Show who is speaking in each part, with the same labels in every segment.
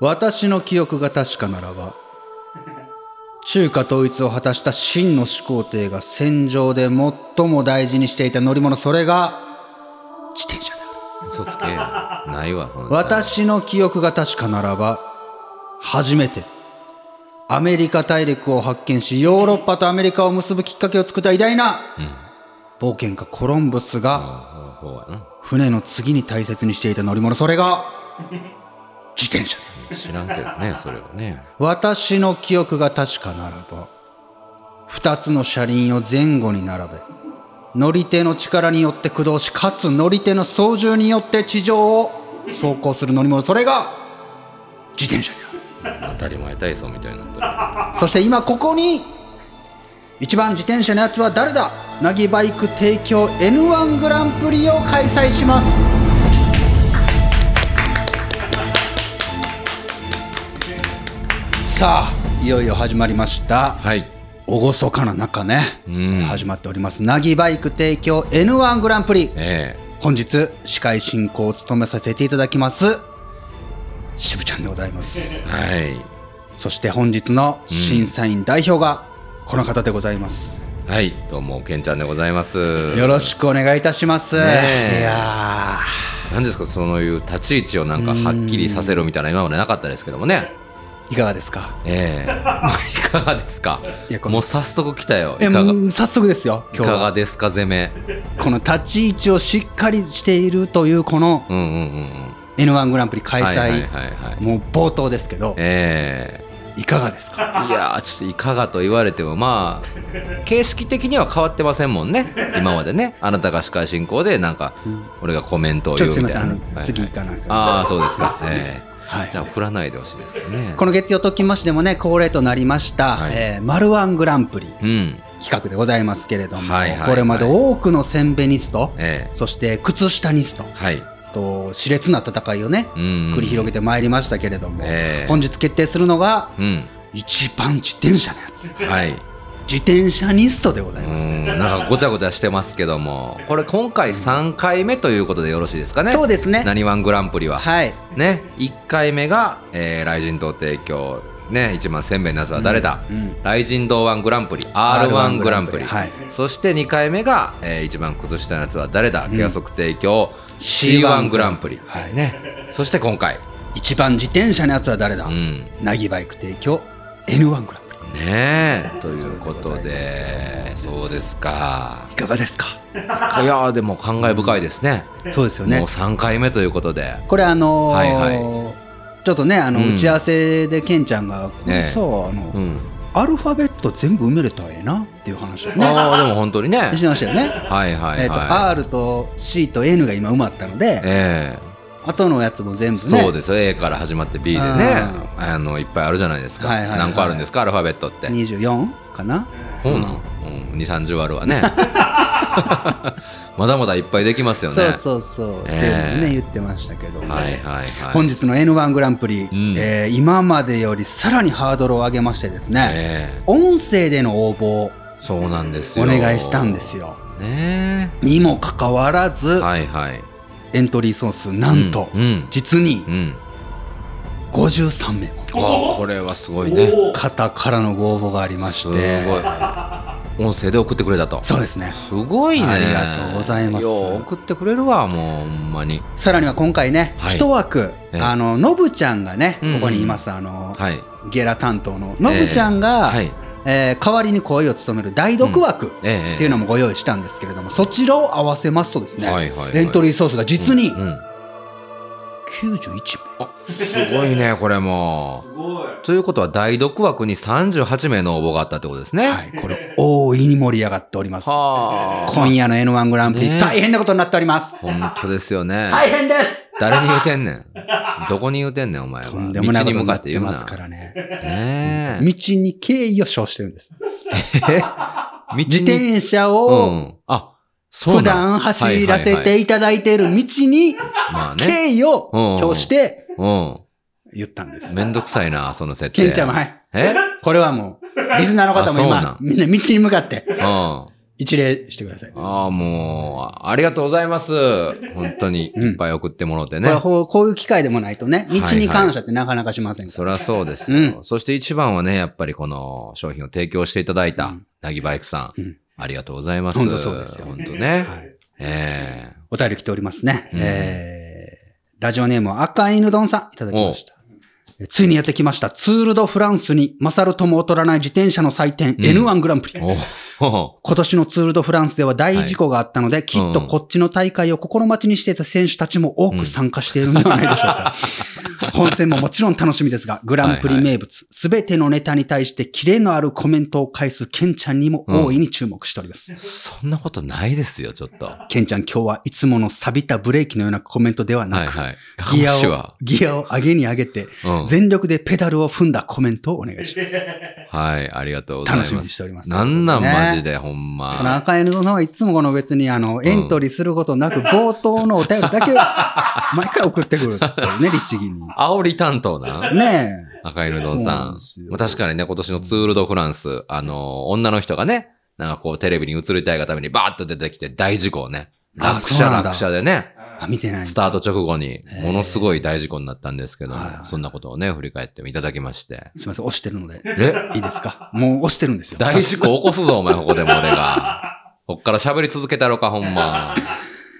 Speaker 1: 私の記憶が確かならば、中華統一を果たした秦の始皇帝が戦場で最も大事にしていた乗り物、それが、自転車だ。
Speaker 2: 嘘つけ。ないわ、ほんとに。
Speaker 1: 私の記憶が確かならば、初めて、アメリカ大陸を発見し、ヨーロッパとアメリカを結ぶきっかけを作った偉大な、冒険家コロンブスが、
Speaker 2: ほうほうや
Speaker 1: 船の次に大切にしていた乗り物、それが、自転車だ。
Speaker 2: な。知らんけどね、それはね。
Speaker 1: 私の記憶が確かならば、二つの車輪を前後に並べ、乗り手の力によって駆動し、かつ乗り手の操縦によって地上を走行する乗り物、それが、自転車である。
Speaker 2: 当たり前体操みたいになってる。
Speaker 1: そして今ここに一番自転車のやつは誰だなぎバイク提供 N1 グランプリを開催しますさあいよいよ始まりました
Speaker 2: はい。
Speaker 1: 厳かな中ね、
Speaker 2: ん
Speaker 1: 始まっておりますなぎバイク提供 N1 グランプリ
Speaker 2: え
Speaker 1: 本日司会進行を務めさせていただきます渋ちゃんでございます
Speaker 2: えはい。
Speaker 1: そして本日の審査員代表がこの方でございます。
Speaker 2: はい、どうも、けんちゃんでございます。
Speaker 1: よろしくお願いいたします。
Speaker 2: ねえ
Speaker 1: いや
Speaker 2: 何ですか、そういう立ち位置をなんかはっきりさせるみたいな、今までなかったですけどもね。
Speaker 1: ーいかがですか
Speaker 2: ええいかがですか
Speaker 1: いやこれ
Speaker 2: もう早速来たよ。い
Speaker 1: え、
Speaker 2: かが、
Speaker 1: もう早速ですよ、
Speaker 2: い
Speaker 1: 今日
Speaker 2: かが
Speaker 1: は。
Speaker 2: ですか、攻め。
Speaker 1: この立ち位置をしっかりしているというこの
Speaker 2: うんうんうんうん。
Speaker 1: N1 グランプリ開催、
Speaker 2: はいはいはいはい。
Speaker 1: もう冒頭ですけど、
Speaker 2: え
Speaker 1: いかがですか
Speaker 2: えいやー、ちょっといかがと言われても、まあ、形式的には変わってませんもんね。今までね。あなたが司会進行で、なんか、俺がコメントを
Speaker 1: ちょ
Speaker 2: 言
Speaker 1: っと
Speaker 2: う
Speaker 1: すい
Speaker 2: み
Speaker 1: ま
Speaker 2: たい
Speaker 1: せん、
Speaker 2: な。はいはい
Speaker 1: あの次行かないから。
Speaker 2: ああ、そうですか。ええ
Speaker 1: はい
Speaker 2: じゃあ、振らないでほしいですけどね。
Speaker 1: この月曜ときましてもね、恒例となりました、
Speaker 2: はい
Speaker 1: えー、丸ワングランプリ
Speaker 2: うん。
Speaker 1: 企画でございますけれども、
Speaker 2: はいはいはい
Speaker 1: これまで多くのせんべニスト、
Speaker 2: ええ
Speaker 1: そして靴下ニスト、
Speaker 2: はい。
Speaker 1: と熾烈な戦いをね、
Speaker 2: うん
Speaker 1: 繰り広げてまいりましたけれども、
Speaker 2: ええ
Speaker 1: 本日決定するのが、
Speaker 2: うん。
Speaker 1: 一番自転車のやつ
Speaker 2: はい。
Speaker 1: 自転車ニストでございうます、
Speaker 2: ん。なんかごちゃごちゃしてますけども、これ今回3回目ということでよろしいですかね。
Speaker 1: そうですね
Speaker 2: 何ワングランプリは。
Speaker 1: はい
Speaker 2: ね。1回目が、えー、雷神堂提供、ね、1万1000名のやつは誰だ、
Speaker 1: うん
Speaker 2: 雷神堂ワングランプリ、R1 グランプリ。
Speaker 1: はい
Speaker 2: そして2回目が、えー、一番崩したやつは誰だ、ケアソク提供、
Speaker 1: C1
Speaker 2: C1 グランプリ。
Speaker 1: はい
Speaker 2: ね。そして今回。
Speaker 1: 一番自転車のやつは誰だ、
Speaker 2: うん。
Speaker 1: なぎバイク提供 N1 グランプ
Speaker 2: ねえということでそうですか
Speaker 1: リいかがですか
Speaker 2: いやーでも感慨深いですね
Speaker 1: そうですよ
Speaker 2: も
Speaker 1: ね
Speaker 2: う3回目ということで
Speaker 1: これあのー
Speaker 2: はいは
Speaker 1: ちょっとねあの
Speaker 2: うん
Speaker 1: 打ち合わせでケンちゃんが「これさ、あの
Speaker 2: うん
Speaker 1: アルファベット全部埋めれたらええな」っていう話をね
Speaker 2: ああでも本当にね
Speaker 1: してましたよね
Speaker 2: はいはい
Speaker 1: えー、と
Speaker 2: は
Speaker 1: R と C と N が今埋まったの
Speaker 2: い
Speaker 1: で、
Speaker 2: ええ
Speaker 1: 後のやつも全部ね
Speaker 2: そうですよ A から始まって B でね
Speaker 1: あ
Speaker 2: あのいっぱいあるじゃないですか
Speaker 1: はいはいはい
Speaker 2: 何個あるんですかアルファベットって
Speaker 1: 24かな
Speaker 2: そうなん2 3 0あるわ ねまだまだいっぱいできますよね
Speaker 1: そうそうそう、っていうのを
Speaker 2: え
Speaker 1: ね
Speaker 2: え
Speaker 1: 言ってましたけども、
Speaker 2: はいはいはい
Speaker 1: 本日の N1 グランプリ、
Speaker 2: ん
Speaker 1: えー今までよりさらにハードルを上げましてですね、
Speaker 2: え
Speaker 1: 音声での応募を
Speaker 2: えそうなんですよ
Speaker 1: お願いしたんですよ
Speaker 2: ね
Speaker 1: にもかかわらず、
Speaker 2: えはいはい
Speaker 1: エントリー総数なんと、
Speaker 2: うんうん
Speaker 1: 実に
Speaker 2: うん
Speaker 1: 53名も
Speaker 2: ああこれはすごいね
Speaker 1: 方からのご応募がありますし
Speaker 2: ごい
Speaker 1: て
Speaker 2: 音声で送ってくれたと
Speaker 1: そうですね
Speaker 2: すごいね
Speaker 1: ありがとうございます
Speaker 2: よう送ってくれるわもうほんまに
Speaker 1: さらには今回ね、
Speaker 2: はい
Speaker 1: 一枠、
Speaker 2: ええ
Speaker 1: あの、のぶちゃんがね、
Speaker 2: うんうん
Speaker 1: ここにいます、あの、
Speaker 2: はい
Speaker 1: ゲラ担当の、のぶちゃんが、
Speaker 2: は
Speaker 1: え
Speaker 2: い
Speaker 1: ー代わりに声を務める代読枠っ
Speaker 2: ええ
Speaker 1: ていうのもご用意したんですけれども、そちらを合わせますとですね、
Speaker 2: はいはいはい
Speaker 1: エントリーソースが実に
Speaker 2: うん
Speaker 1: 91名。
Speaker 2: すごいねこれもすごいということは大読枠に38名の応募があったってことですねは
Speaker 1: はい、これ、大いに盛り上がっております。
Speaker 2: あ
Speaker 1: 今夜の N1 グランプリ、
Speaker 2: ねえ
Speaker 1: 大変なことになっております。
Speaker 2: 本当ですよね
Speaker 1: 大変です
Speaker 2: 誰に言うてんねんどこに言うてんねんお前は
Speaker 1: と
Speaker 2: 道
Speaker 1: んでもないこ
Speaker 2: に
Speaker 1: とに
Speaker 2: 向か
Speaker 1: な
Speaker 2: っ
Speaker 1: ってて
Speaker 2: 言うな
Speaker 1: ますからね。
Speaker 2: ね
Speaker 1: 道に敬意を称してるんです。
Speaker 2: え道
Speaker 1: 自転車を、
Speaker 2: うんあそうな
Speaker 1: 普
Speaker 2: ん
Speaker 1: 段走ら
Speaker 2: は
Speaker 1: せ
Speaker 2: いはいは
Speaker 1: ていただいている道に
Speaker 2: いまあね
Speaker 1: 敬意を
Speaker 2: うん
Speaker 1: 表して
Speaker 2: うん
Speaker 1: 言ったんです。
Speaker 2: めんどくさいな、その設定。
Speaker 1: ケンちゃんもはい。
Speaker 2: え
Speaker 1: これはもう、リスナーの方も
Speaker 2: あそう
Speaker 1: 今
Speaker 2: なん、
Speaker 1: みんな道に向かって、
Speaker 2: う
Speaker 3: 一礼してください。
Speaker 2: ああ、もう、ありがとうございます。本当に、いっぱい送ってもろてね
Speaker 1: これ。ほうこういう機会でもないとね、道に感謝ってなかなかしませんから。
Speaker 2: そりゃそうですよ、そして一番はね、やっぱりこの商品を提供していただいた、なぎバイクさん,、ありがとうございます。
Speaker 1: 本当そうですよ
Speaker 2: 本当ね。
Speaker 1: はい
Speaker 2: ええ
Speaker 1: お便り来ておりますね。えー、ラジオネームは赤犬丼さんいただきました。えついにやってきました。ツール・ド・フランスに勝るとも劣らない自転車の祭典、N1 グランプリ。
Speaker 2: おお
Speaker 1: 今年のツール・ド・フランスでは大事故があったので、きっとこっちの大会を心待ちにしていた選手たちも多く参加しているんではないでしょう か。本戦ももちろん楽しみですが、グランプリ名物、すべ、てのネタに対してキレのあるコメントを返すケンちゃんにも大いに注目しております。
Speaker 2: そんなことないですよ、ちょっと。は
Speaker 1: ケンちゃん今日はいつもの錆びたブレーキのようなコメントではないく、
Speaker 2: はい。
Speaker 1: ギア
Speaker 2: 拍手
Speaker 1: を
Speaker 2: は、
Speaker 1: ギアを上げに上げて、
Speaker 2: うん
Speaker 1: 全力でペダルを踏んだコメントをお願いします。
Speaker 2: はい、ありがとうございま
Speaker 1: 楽
Speaker 2: す。
Speaker 1: しみにしております。
Speaker 2: なんなん、
Speaker 1: ね
Speaker 2: マジで、ほん
Speaker 1: この
Speaker 2: ま。
Speaker 1: 赤犬の方はいつもこの別にあの、エントリーすることなく冒頭のお便り だけを毎回送ってくるっていうね、律儀に。
Speaker 2: 煽り担当なん
Speaker 1: ね
Speaker 2: 赤色丼
Speaker 1: そう
Speaker 2: さ
Speaker 1: な
Speaker 2: ん
Speaker 1: んですよ。
Speaker 2: まあ確かにね、今年のツール・ド・フランス、あの、女の人がね、なんかこうテレビに映りたいがためにバーッと出てきて大事故をね、
Speaker 1: あ
Speaker 2: 落
Speaker 1: そう
Speaker 2: 車
Speaker 1: なんだ
Speaker 2: 落車でね、
Speaker 1: え。あ、見てない
Speaker 2: スタート直後にものすごい大事故になったんですけども、そんなことをね、振り返っていただきまして。
Speaker 1: すみません、押してるので。
Speaker 2: え
Speaker 1: いいですかもう押してるんですよ。
Speaker 2: 大事故起こすぞ、お前、ここでも俺が。 こっから喋り続けたろか、ほんま。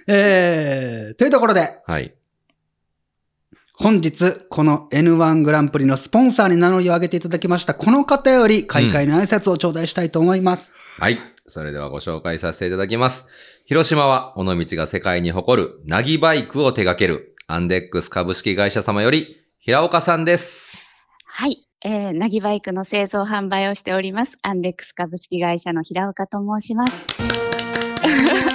Speaker 1: えー、というところで、
Speaker 2: はい。
Speaker 1: 本日、この N1 グランプリのスポンサーに名乗りを上げていただきました、この方より、開会の挨拶を頂戴したいと思います。
Speaker 2: はい。それではご紹介させていただきます。広島は、尾道が世界に誇る、なぎバイクを手掛ける、アンデックス株式会社様より、平岡さんです。
Speaker 4: はい。えー、なぎバイクの製造販売をしております。アンデックス株式会社の平岡と申します。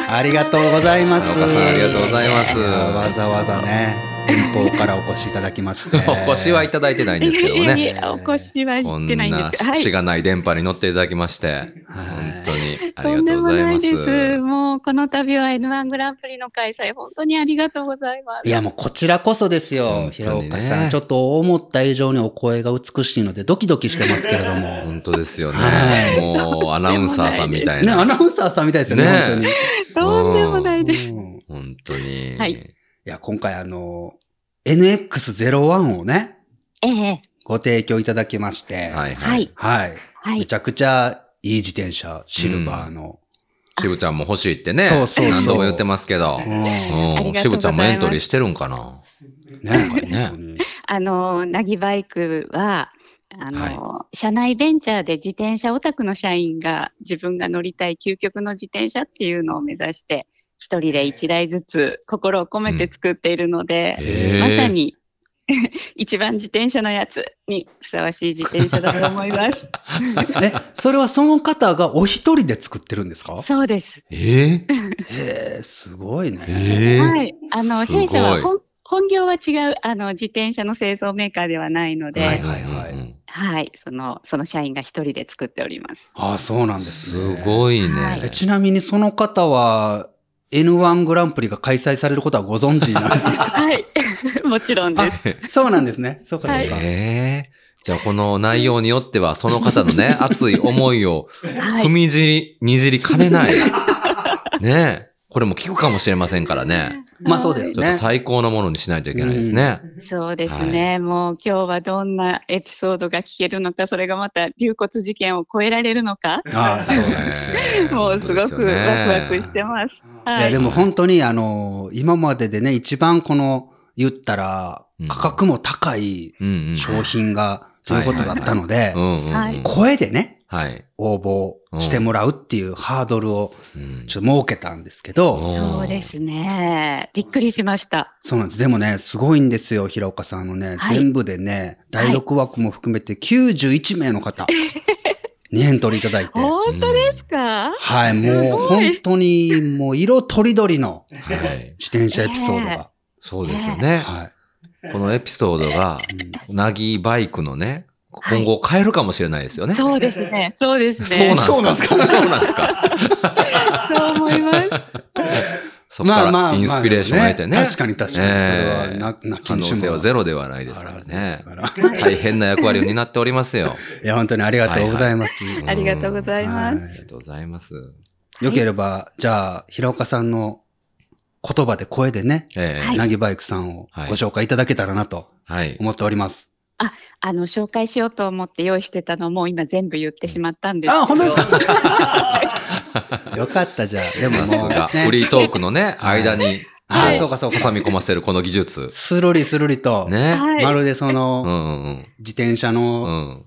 Speaker 1: ありがとうございます。
Speaker 2: 平岡さんありがとうございます。
Speaker 1: やわざわざね、遠方からお越しいただきまして
Speaker 2: お越しはいただいてないんですけども
Speaker 4: い
Speaker 2: ね。
Speaker 4: えいえお越しは
Speaker 2: こ
Speaker 4: 言
Speaker 2: ん
Speaker 4: ってないんで
Speaker 2: な
Speaker 4: すけど。は
Speaker 2: し
Speaker 4: い。
Speaker 2: がない電波に乗っていただきまして、本当にあ
Speaker 4: と
Speaker 2: り
Speaker 4: ん
Speaker 2: が
Speaker 4: で
Speaker 2: とう
Speaker 4: も
Speaker 2: ござい
Speaker 4: な
Speaker 2: ま
Speaker 4: い
Speaker 2: す。
Speaker 4: です。もうこの度は N1 グランプリの開催、本当にありがとうございます。
Speaker 1: いや、もうこちらこそですよ、
Speaker 2: 本
Speaker 1: 平
Speaker 2: 当にね
Speaker 1: 岡さん。ちょっと思った以上にお声が美しいので、ドキドキしてますけれども。ね、
Speaker 2: 本当ですよね
Speaker 1: は。
Speaker 2: もうアナウンサー さんみたい
Speaker 1: ア
Speaker 2: な。
Speaker 1: ナウンサーさんみたいですよね、
Speaker 2: ね
Speaker 1: 本
Speaker 4: とんでもないです。
Speaker 1: 当に。うん
Speaker 2: 本当に。
Speaker 4: はい
Speaker 1: いや、今回あの、NX01 をね、
Speaker 4: ええ
Speaker 1: ご提供いただきまして、
Speaker 2: はい
Speaker 4: は
Speaker 2: はいい。。
Speaker 1: はい。
Speaker 4: は
Speaker 1: め
Speaker 4: い
Speaker 1: ち。ゃくちゃいい自転車、シルバーの。
Speaker 2: しぶちゃんも欲しいってね
Speaker 1: そうそうそう。
Speaker 2: 何度も言ってますけど。
Speaker 1: うん
Speaker 4: あり
Speaker 2: うん。
Speaker 4: が
Speaker 2: し
Speaker 4: とう
Speaker 2: ぶ
Speaker 4: ご
Speaker 2: ち
Speaker 4: ざ
Speaker 2: ゃ
Speaker 4: い
Speaker 2: ん
Speaker 4: ま
Speaker 2: も
Speaker 4: す
Speaker 2: エントリーしてるんかな。
Speaker 1: ね
Speaker 2: ね
Speaker 1: 本当に
Speaker 4: あの、なぎバイクは、あの、
Speaker 2: は
Speaker 4: 社内ベンチャーで自転車オタクの社員が自分が乗りたい究極の自転車っていうのを目指して、一人で一台ずつ心を込めて作っているので、
Speaker 2: へー
Speaker 4: まさに 一番自転車のやつにふさわしい自転車だと思い ます。
Speaker 1: え、それはその方がお一人で作ってるんですか
Speaker 4: そうです。
Speaker 2: ええ
Speaker 1: えー、すごいね。
Speaker 2: え
Speaker 4: はい。あの、
Speaker 2: すごい
Speaker 4: 弊社は本本業は違う、あの、自転車の製造メーカーではないので、
Speaker 1: は
Speaker 4: はいい、
Speaker 1: はいはい
Speaker 2: うん
Speaker 4: その、その社員が一人で作っております。
Speaker 1: ああ、そうなんです、
Speaker 2: す
Speaker 1: ね。
Speaker 2: ごい
Speaker 4: は
Speaker 1: え
Speaker 2: ね。
Speaker 1: ちなみにその方は N1 グランプリが開催されることはご存知なんですか
Speaker 4: はい。もちろんです。
Speaker 1: あそうなんですね。そうかそうか。
Speaker 2: ええじゃあこの内容によっては、その方の ね、熱い思いを
Speaker 4: は
Speaker 2: 踏
Speaker 4: い。
Speaker 2: みじり、にじりかねない。ねえ。これも聞くかもしれませんからね。
Speaker 1: まあそうです
Speaker 2: ちょっ
Speaker 1: ね
Speaker 2: と。最高のものにしないといけないですね。
Speaker 4: そうですね、もう今日はどんなエピソードが聞けるのか、それがまた流骨事件を超えられるのか、
Speaker 1: ああ、そうなんです。
Speaker 2: ええ
Speaker 4: もうすごくワクワクし。てます。
Speaker 1: い
Speaker 4: は
Speaker 1: や、
Speaker 4: い。
Speaker 1: でも本当にあの、今まででね、一番この、言ったら
Speaker 2: う、ん
Speaker 1: 価格も高い
Speaker 2: 本当ですよねうんうん。
Speaker 1: 商品が、ということだったので
Speaker 2: う、んうんうん。
Speaker 4: はい
Speaker 1: 声でね、
Speaker 2: はい。
Speaker 1: 応募してもらうっていうハードルを
Speaker 2: うん
Speaker 1: ちょっと設けたんですけど、
Speaker 4: そうですね。びっくりしました。
Speaker 1: そうなんです。でもね、すごいんですよ、平岡さんあのね。
Speaker 4: はい
Speaker 1: 全部でね、第6枠も含めて91名の方、 にエントリーいただいて。
Speaker 4: 本当ですか、
Speaker 1: はい、もう
Speaker 4: すご
Speaker 1: 本
Speaker 4: い
Speaker 1: 当に、もう色とりどりの
Speaker 2: はい。
Speaker 1: 自転車エピソードが。
Speaker 2: そうですよね。
Speaker 1: はい。
Speaker 2: このエピソードが、なぎバイクのね、今後変えるかもしれないですよね。
Speaker 4: そうですね。そうです
Speaker 2: そうな
Speaker 4: ね。
Speaker 2: んですか。そうなんですか。
Speaker 4: そう思います。
Speaker 2: そこからインスピレーションを得てね。
Speaker 1: まあ確かに確かに。それは
Speaker 2: ええ
Speaker 1: な、な
Speaker 2: 可能性はゼロではない
Speaker 1: ロ
Speaker 2: ですからね。
Speaker 1: い
Speaker 2: 大変な役割を担ってお りますよ。
Speaker 1: や、本当にありがとうございます。
Speaker 4: ありがとうございま
Speaker 1: は
Speaker 4: す。
Speaker 2: ありがとうございます。
Speaker 1: よければ、じゃあ、平岡さんの言葉で声でね、
Speaker 2: ええ
Speaker 4: はい
Speaker 1: なぎバイクさんを
Speaker 2: はい
Speaker 1: ご紹介いただけたらなと
Speaker 2: はい。
Speaker 1: 思っております。
Speaker 4: あの、紹介しようと思って用意してたのも今全部言ってしまったんですけど。
Speaker 1: あ、本当ですかよかった、じゃあ。でも
Speaker 2: さ
Speaker 1: も
Speaker 2: す
Speaker 1: う、
Speaker 2: が、
Speaker 1: ね
Speaker 2: フリートークのね、
Speaker 1: はい
Speaker 2: 間に、
Speaker 1: あ
Speaker 2: こ
Speaker 1: そうかそうか
Speaker 2: 挟み込ませるこの技術。
Speaker 1: スルリスルリと、
Speaker 2: ね。
Speaker 4: はい
Speaker 1: まるでその、
Speaker 2: うんうん
Speaker 1: 自転車
Speaker 2: う
Speaker 1: の、
Speaker 2: ん。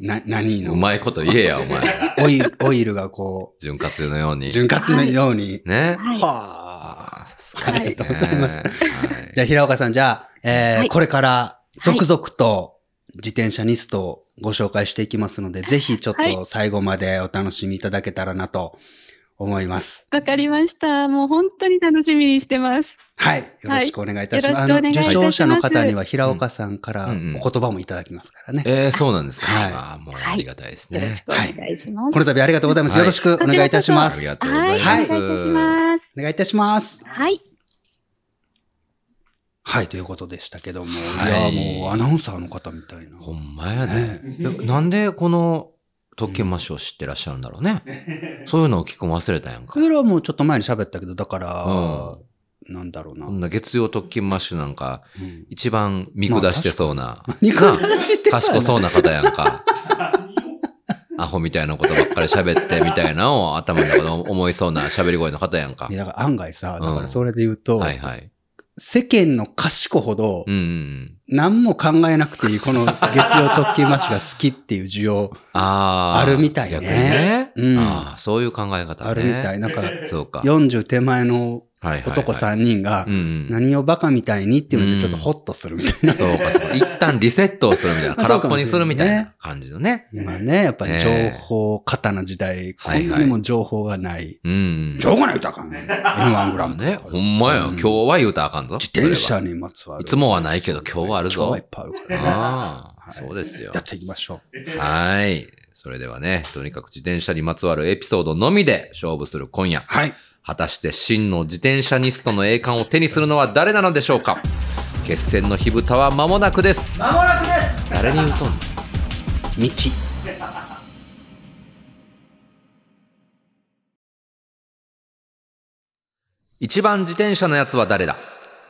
Speaker 1: な、何
Speaker 2: うん。
Speaker 1: の
Speaker 2: う、まいこと言えや、お前。
Speaker 1: オイル、オイルがこ
Speaker 2: 潤滑のよう
Speaker 1: う、
Speaker 2: に。
Speaker 1: 潤滑のように。
Speaker 2: ね。
Speaker 4: はい。
Speaker 1: はあ。
Speaker 2: ああ、さすがですね。
Speaker 1: ありがとうございます
Speaker 2: はい
Speaker 1: じゃあ、平岡さん、じゃあ、えー
Speaker 4: はい
Speaker 1: これから、続々と自転車ニストをご紹介していきますので、ぜひちょっ
Speaker 4: は
Speaker 1: と最後までお楽しみいただけたらなと思います。
Speaker 4: わかりました。もう本当に楽しみにしてます。
Speaker 1: はい。よろしくお願いいたします。
Speaker 4: はいよろしくお願いい
Speaker 1: 受
Speaker 4: たします
Speaker 1: 賞者の方には平岡さんか
Speaker 2: う
Speaker 1: ら
Speaker 2: んうんうん
Speaker 1: お言葉もいただきますからね。
Speaker 2: ええ、そうなんですか。
Speaker 1: はい
Speaker 2: ああ、もうありがたいです
Speaker 4: よ
Speaker 2: ね
Speaker 4: ろ。しくお願いします。
Speaker 1: この度ありがとうございます。
Speaker 2: はい
Speaker 1: よろしくお願いいたしま
Speaker 2: あ
Speaker 1: す。
Speaker 2: りがとうご
Speaker 4: は
Speaker 2: ざ
Speaker 4: い、
Speaker 2: います。
Speaker 4: お願いいたします。
Speaker 1: お願いいたします。
Speaker 4: はい。
Speaker 1: はい、ということでしたけども、
Speaker 2: はい
Speaker 1: い、や、もうアナウンサーの方みたいな。
Speaker 2: ほんまやね。
Speaker 1: ねえ
Speaker 2: でなんでこの特権マッシュを知ってらっしゃるんだろう ね。そういうのを聞くの忘れたやんか
Speaker 1: そ。れはもうちょっと前に喋ったけど、だから
Speaker 2: う、
Speaker 1: なんだろうな。
Speaker 2: こんな月曜特勤マッシュなんか、
Speaker 1: うん
Speaker 2: 一番見下してそうな、
Speaker 1: 肉出してた
Speaker 2: 賢そうな方やんか。アホみたいなことばっかり喋ってみたいなのを頭の中で思いそうな喋り声の方やんか
Speaker 1: い。やだから案外さ、だか
Speaker 2: うん
Speaker 1: らそれで言うと、
Speaker 2: はいはい。
Speaker 1: 世間の賢ほど
Speaker 2: うん、うんうん。
Speaker 1: 何も考えなくていい、この月曜特急マッシュが好きっていう需要
Speaker 2: ああ。
Speaker 1: あるみたいね
Speaker 2: 逆にね。
Speaker 1: うん
Speaker 2: ああ、そういう考え方ね。
Speaker 1: あるみたい。なんか、
Speaker 2: そうか。
Speaker 1: 40手前の
Speaker 2: はいはいはい
Speaker 1: 男3人が
Speaker 2: うん、うん。
Speaker 1: 何をバカみたいにっていうのでちょっとホッとするみたいな。
Speaker 2: そうか、そうか。一旦リセットをするみたいな、
Speaker 1: まあそ
Speaker 2: 空
Speaker 1: う
Speaker 2: っ
Speaker 1: か
Speaker 2: ぽ
Speaker 1: もしれないね
Speaker 2: にするみたいな感じのね。
Speaker 1: 今ね、やっぱり情
Speaker 2: ね
Speaker 1: 報過多な時代、こ
Speaker 2: はい
Speaker 1: ん
Speaker 2: はい
Speaker 1: なにも情報がない。
Speaker 2: うんうん。
Speaker 1: 情報ないとあかんね。M1 グラ
Speaker 2: まあ
Speaker 1: ンプ
Speaker 2: ね、
Speaker 1: リ。
Speaker 2: ほんまや。
Speaker 1: うん
Speaker 2: 今日は言うたらあかんぞ。
Speaker 1: 自転
Speaker 2: それは
Speaker 1: 車にまつわる。
Speaker 2: いつもはないけど今日はあるぞ
Speaker 1: 今日はいっぱいあるからね。
Speaker 2: ああ、そうですよ
Speaker 1: や。っていきましょう。
Speaker 2: はい。それではね、とにかく自転車にまつわるエピソードのみで勝負する今夜。
Speaker 1: はい。
Speaker 2: 果たして真の自転車ニストの栄冠を手にするのは誰なのでしょうか決戦の火蓋は間もなくです。間もなくです誰に言うとんの
Speaker 1: 道。
Speaker 2: 一番自転車のやつは誰だ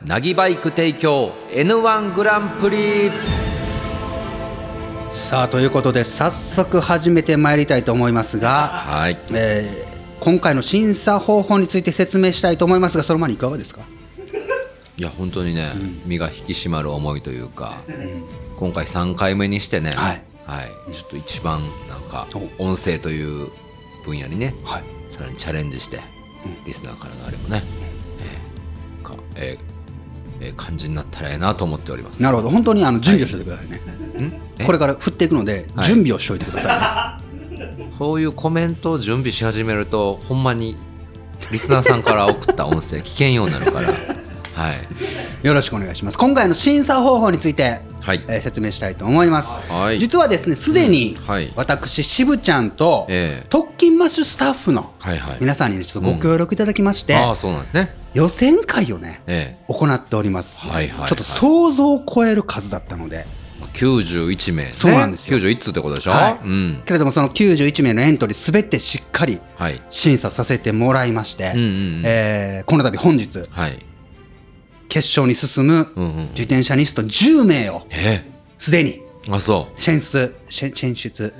Speaker 2: なぎバイク提供 N1 グランプリ
Speaker 1: さあということで早速始めてまいりたいと思いますが、
Speaker 2: はい。
Speaker 1: えー今回の審査方法について説明したいと思いますがその前にいかがですか
Speaker 2: いや、本当にね、身が引き締まる思いというか、今回3回目にしてね、
Speaker 1: はい
Speaker 2: はいちょっと一番なんか
Speaker 1: お
Speaker 2: 音声という分野にね、
Speaker 1: はい
Speaker 2: さらにチャレンジして、リスナーからのあれもね、えーかえーえー感じになったらええなと思っております。
Speaker 1: なるほど本当にあの準備をしておいてくださいね、
Speaker 2: え
Speaker 1: これから振っていくので
Speaker 2: はい
Speaker 1: 準備をしておいてくださ
Speaker 2: そういうコメントを準備し始めると、ほんまにリスナーさんから送った音声、危険ようになる から、はい。
Speaker 1: い、よろしくお願いします今回の審査方法について、
Speaker 2: はい
Speaker 1: えー説明したいと思います、
Speaker 2: はい
Speaker 1: 実はですねすでに
Speaker 2: うんはい
Speaker 1: 私渋ちゃんと、
Speaker 2: ええ
Speaker 1: 特勤マッシュスタッフの
Speaker 2: はいはい。
Speaker 1: 皆さんにねちょっとご協力いただきまして、
Speaker 2: ああ、そうなんですね。
Speaker 1: 予選会をね
Speaker 2: え
Speaker 1: 行っております、
Speaker 2: はいはいはい
Speaker 1: ちょっと想像を超える数だったので、
Speaker 2: え91名、ね。
Speaker 1: そうなんですよ
Speaker 2: 91通ってことでしょ、
Speaker 1: はい
Speaker 2: うん。
Speaker 1: けれどもその91名のエントリーすべてしっかり
Speaker 2: はい。
Speaker 1: 審査させてもらいまして、
Speaker 2: うんうんうん
Speaker 1: えーこの度本日
Speaker 2: はい。
Speaker 1: 決勝に進む
Speaker 2: うんうん
Speaker 1: 自転車ニスト10名を
Speaker 2: え
Speaker 1: すでに
Speaker 2: えあ、 そ
Speaker 1: 選出選選出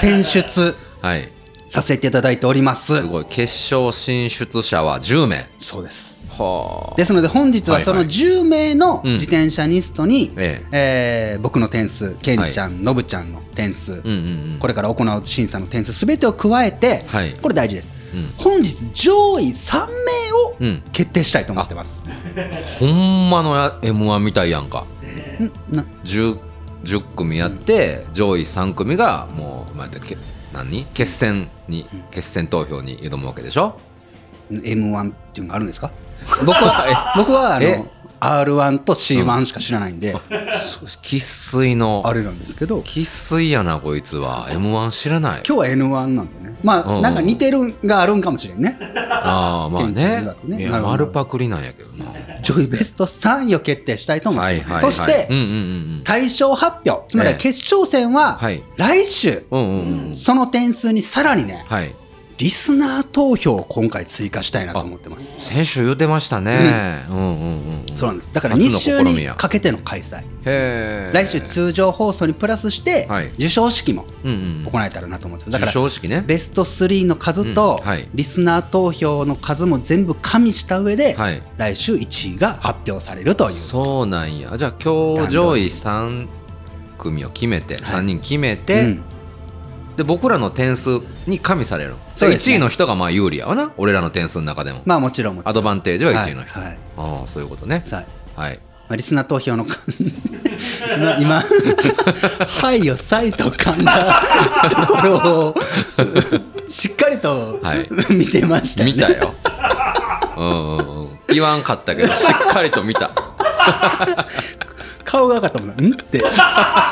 Speaker 1: 選出
Speaker 2: う。はい。
Speaker 1: させていただいております
Speaker 2: すごい。決勝進出者は10名。
Speaker 1: そうです
Speaker 2: は
Speaker 1: ですので本日はその
Speaker 2: はいはい
Speaker 1: 10名の
Speaker 2: うん
Speaker 1: 自転車ニストに、
Speaker 2: え
Speaker 1: えー僕の点数ケンちゃんノブ、ちゃんの点数、
Speaker 2: うんうんうん。
Speaker 1: これから行う審査の点数すべてを加えて、
Speaker 2: はい
Speaker 1: これ大事です、
Speaker 2: うん
Speaker 1: 本日上位3名
Speaker 2: うん
Speaker 1: を決定したいと思ってます、
Speaker 2: ほんまのや M1 みたいやんか。
Speaker 1: な
Speaker 2: 10, 10組やって、上位3組がもう、まあ、け何決戦に、決戦投票に挑むわけでしょ
Speaker 1: M1 っていうのがあるんで すか僕は僕はあ
Speaker 2: え
Speaker 1: の R1 と C1 しか知らないんで、
Speaker 2: 生粋の。
Speaker 1: あれなんですけど
Speaker 2: 生粋やな、こいつは。M1 知らない。
Speaker 1: 今日は N1 なんでねまあ、
Speaker 2: うん
Speaker 1: なんか似てるんがあるんかもしれんね
Speaker 2: ああ、まあ
Speaker 1: 県知
Speaker 2: ね
Speaker 1: 事だっ。てね
Speaker 2: い
Speaker 1: な
Speaker 2: や、
Speaker 1: るほど
Speaker 2: 丸パクリなんやけどな。は
Speaker 1: 上位ベスト3位を決定したいと思っ
Speaker 2: い
Speaker 1: て
Speaker 2: はい
Speaker 1: ます、
Speaker 2: はい。
Speaker 1: そして、
Speaker 2: うんうんうん
Speaker 1: 対象発表つま
Speaker 2: ええ
Speaker 1: り決勝戦は
Speaker 2: はい
Speaker 1: 来週、
Speaker 2: うん。うんうんうん。
Speaker 1: その点数にさらにね
Speaker 2: はい。
Speaker 1: リスナー投票を今回追加したいなと思ってます。
Speaker 2: 先週言ってましたね。うん、うん、うんうん。
Speaker 1: そうなんです。だから2
Speaker 2: 初の
Speaker 1: 週
Speaker 2: 試みや
Speaker 1: にかけての開催。
Speaker 2: へえ。
Speaker 1: 来週通常放送にプラスして
Speaker 2: はい、
Speaker 1: 授賞式も
Speaker 2: うんうん。
Speaker 1: 行えたらなと思ってま
Speaker 2: 授
Speaker 1: す。だから、
Speaker 2: 賞式ね。
Speaker 1: ベスト3の数と
Speaker 2: うんはい、
Speaker 1: リスナー投票の数も全部加味した上で、
Speaker 2: はい。
Speaker 1: 来週1位が発表されるという。
Speaker 2: そうなんや。じゃあ今日上位3組を決めて、3人決めて、
Speaker 1: うん
Speaker 2: で僕らの点数に加味される。
Speaker 1: そうです
Speaker 2: 1
Speaker 1: ね
Speaker 2: 位の人がまあ有利やわな。俺らの点数の中でも。
Speaker 1: まあもちろんもちろん
Speaker 2: アドバンテージは1位の人。
Speaker 1: はいはい
Speaker 2: ああ、そういうことね。
Speaker 1: さあ
Speaker 2: はい。
Speaker 1: まあ、リスナー投票の感な今「はいよサイと噛ん だところをしっかりと、
Speaker 2: はい
Speaker 1: 見てましたよね
Speaker 2: 見たよ。うんうんうん。言わんかったけど、しっかりと見た。
Speaker 1: 顔が赤かったもんなんって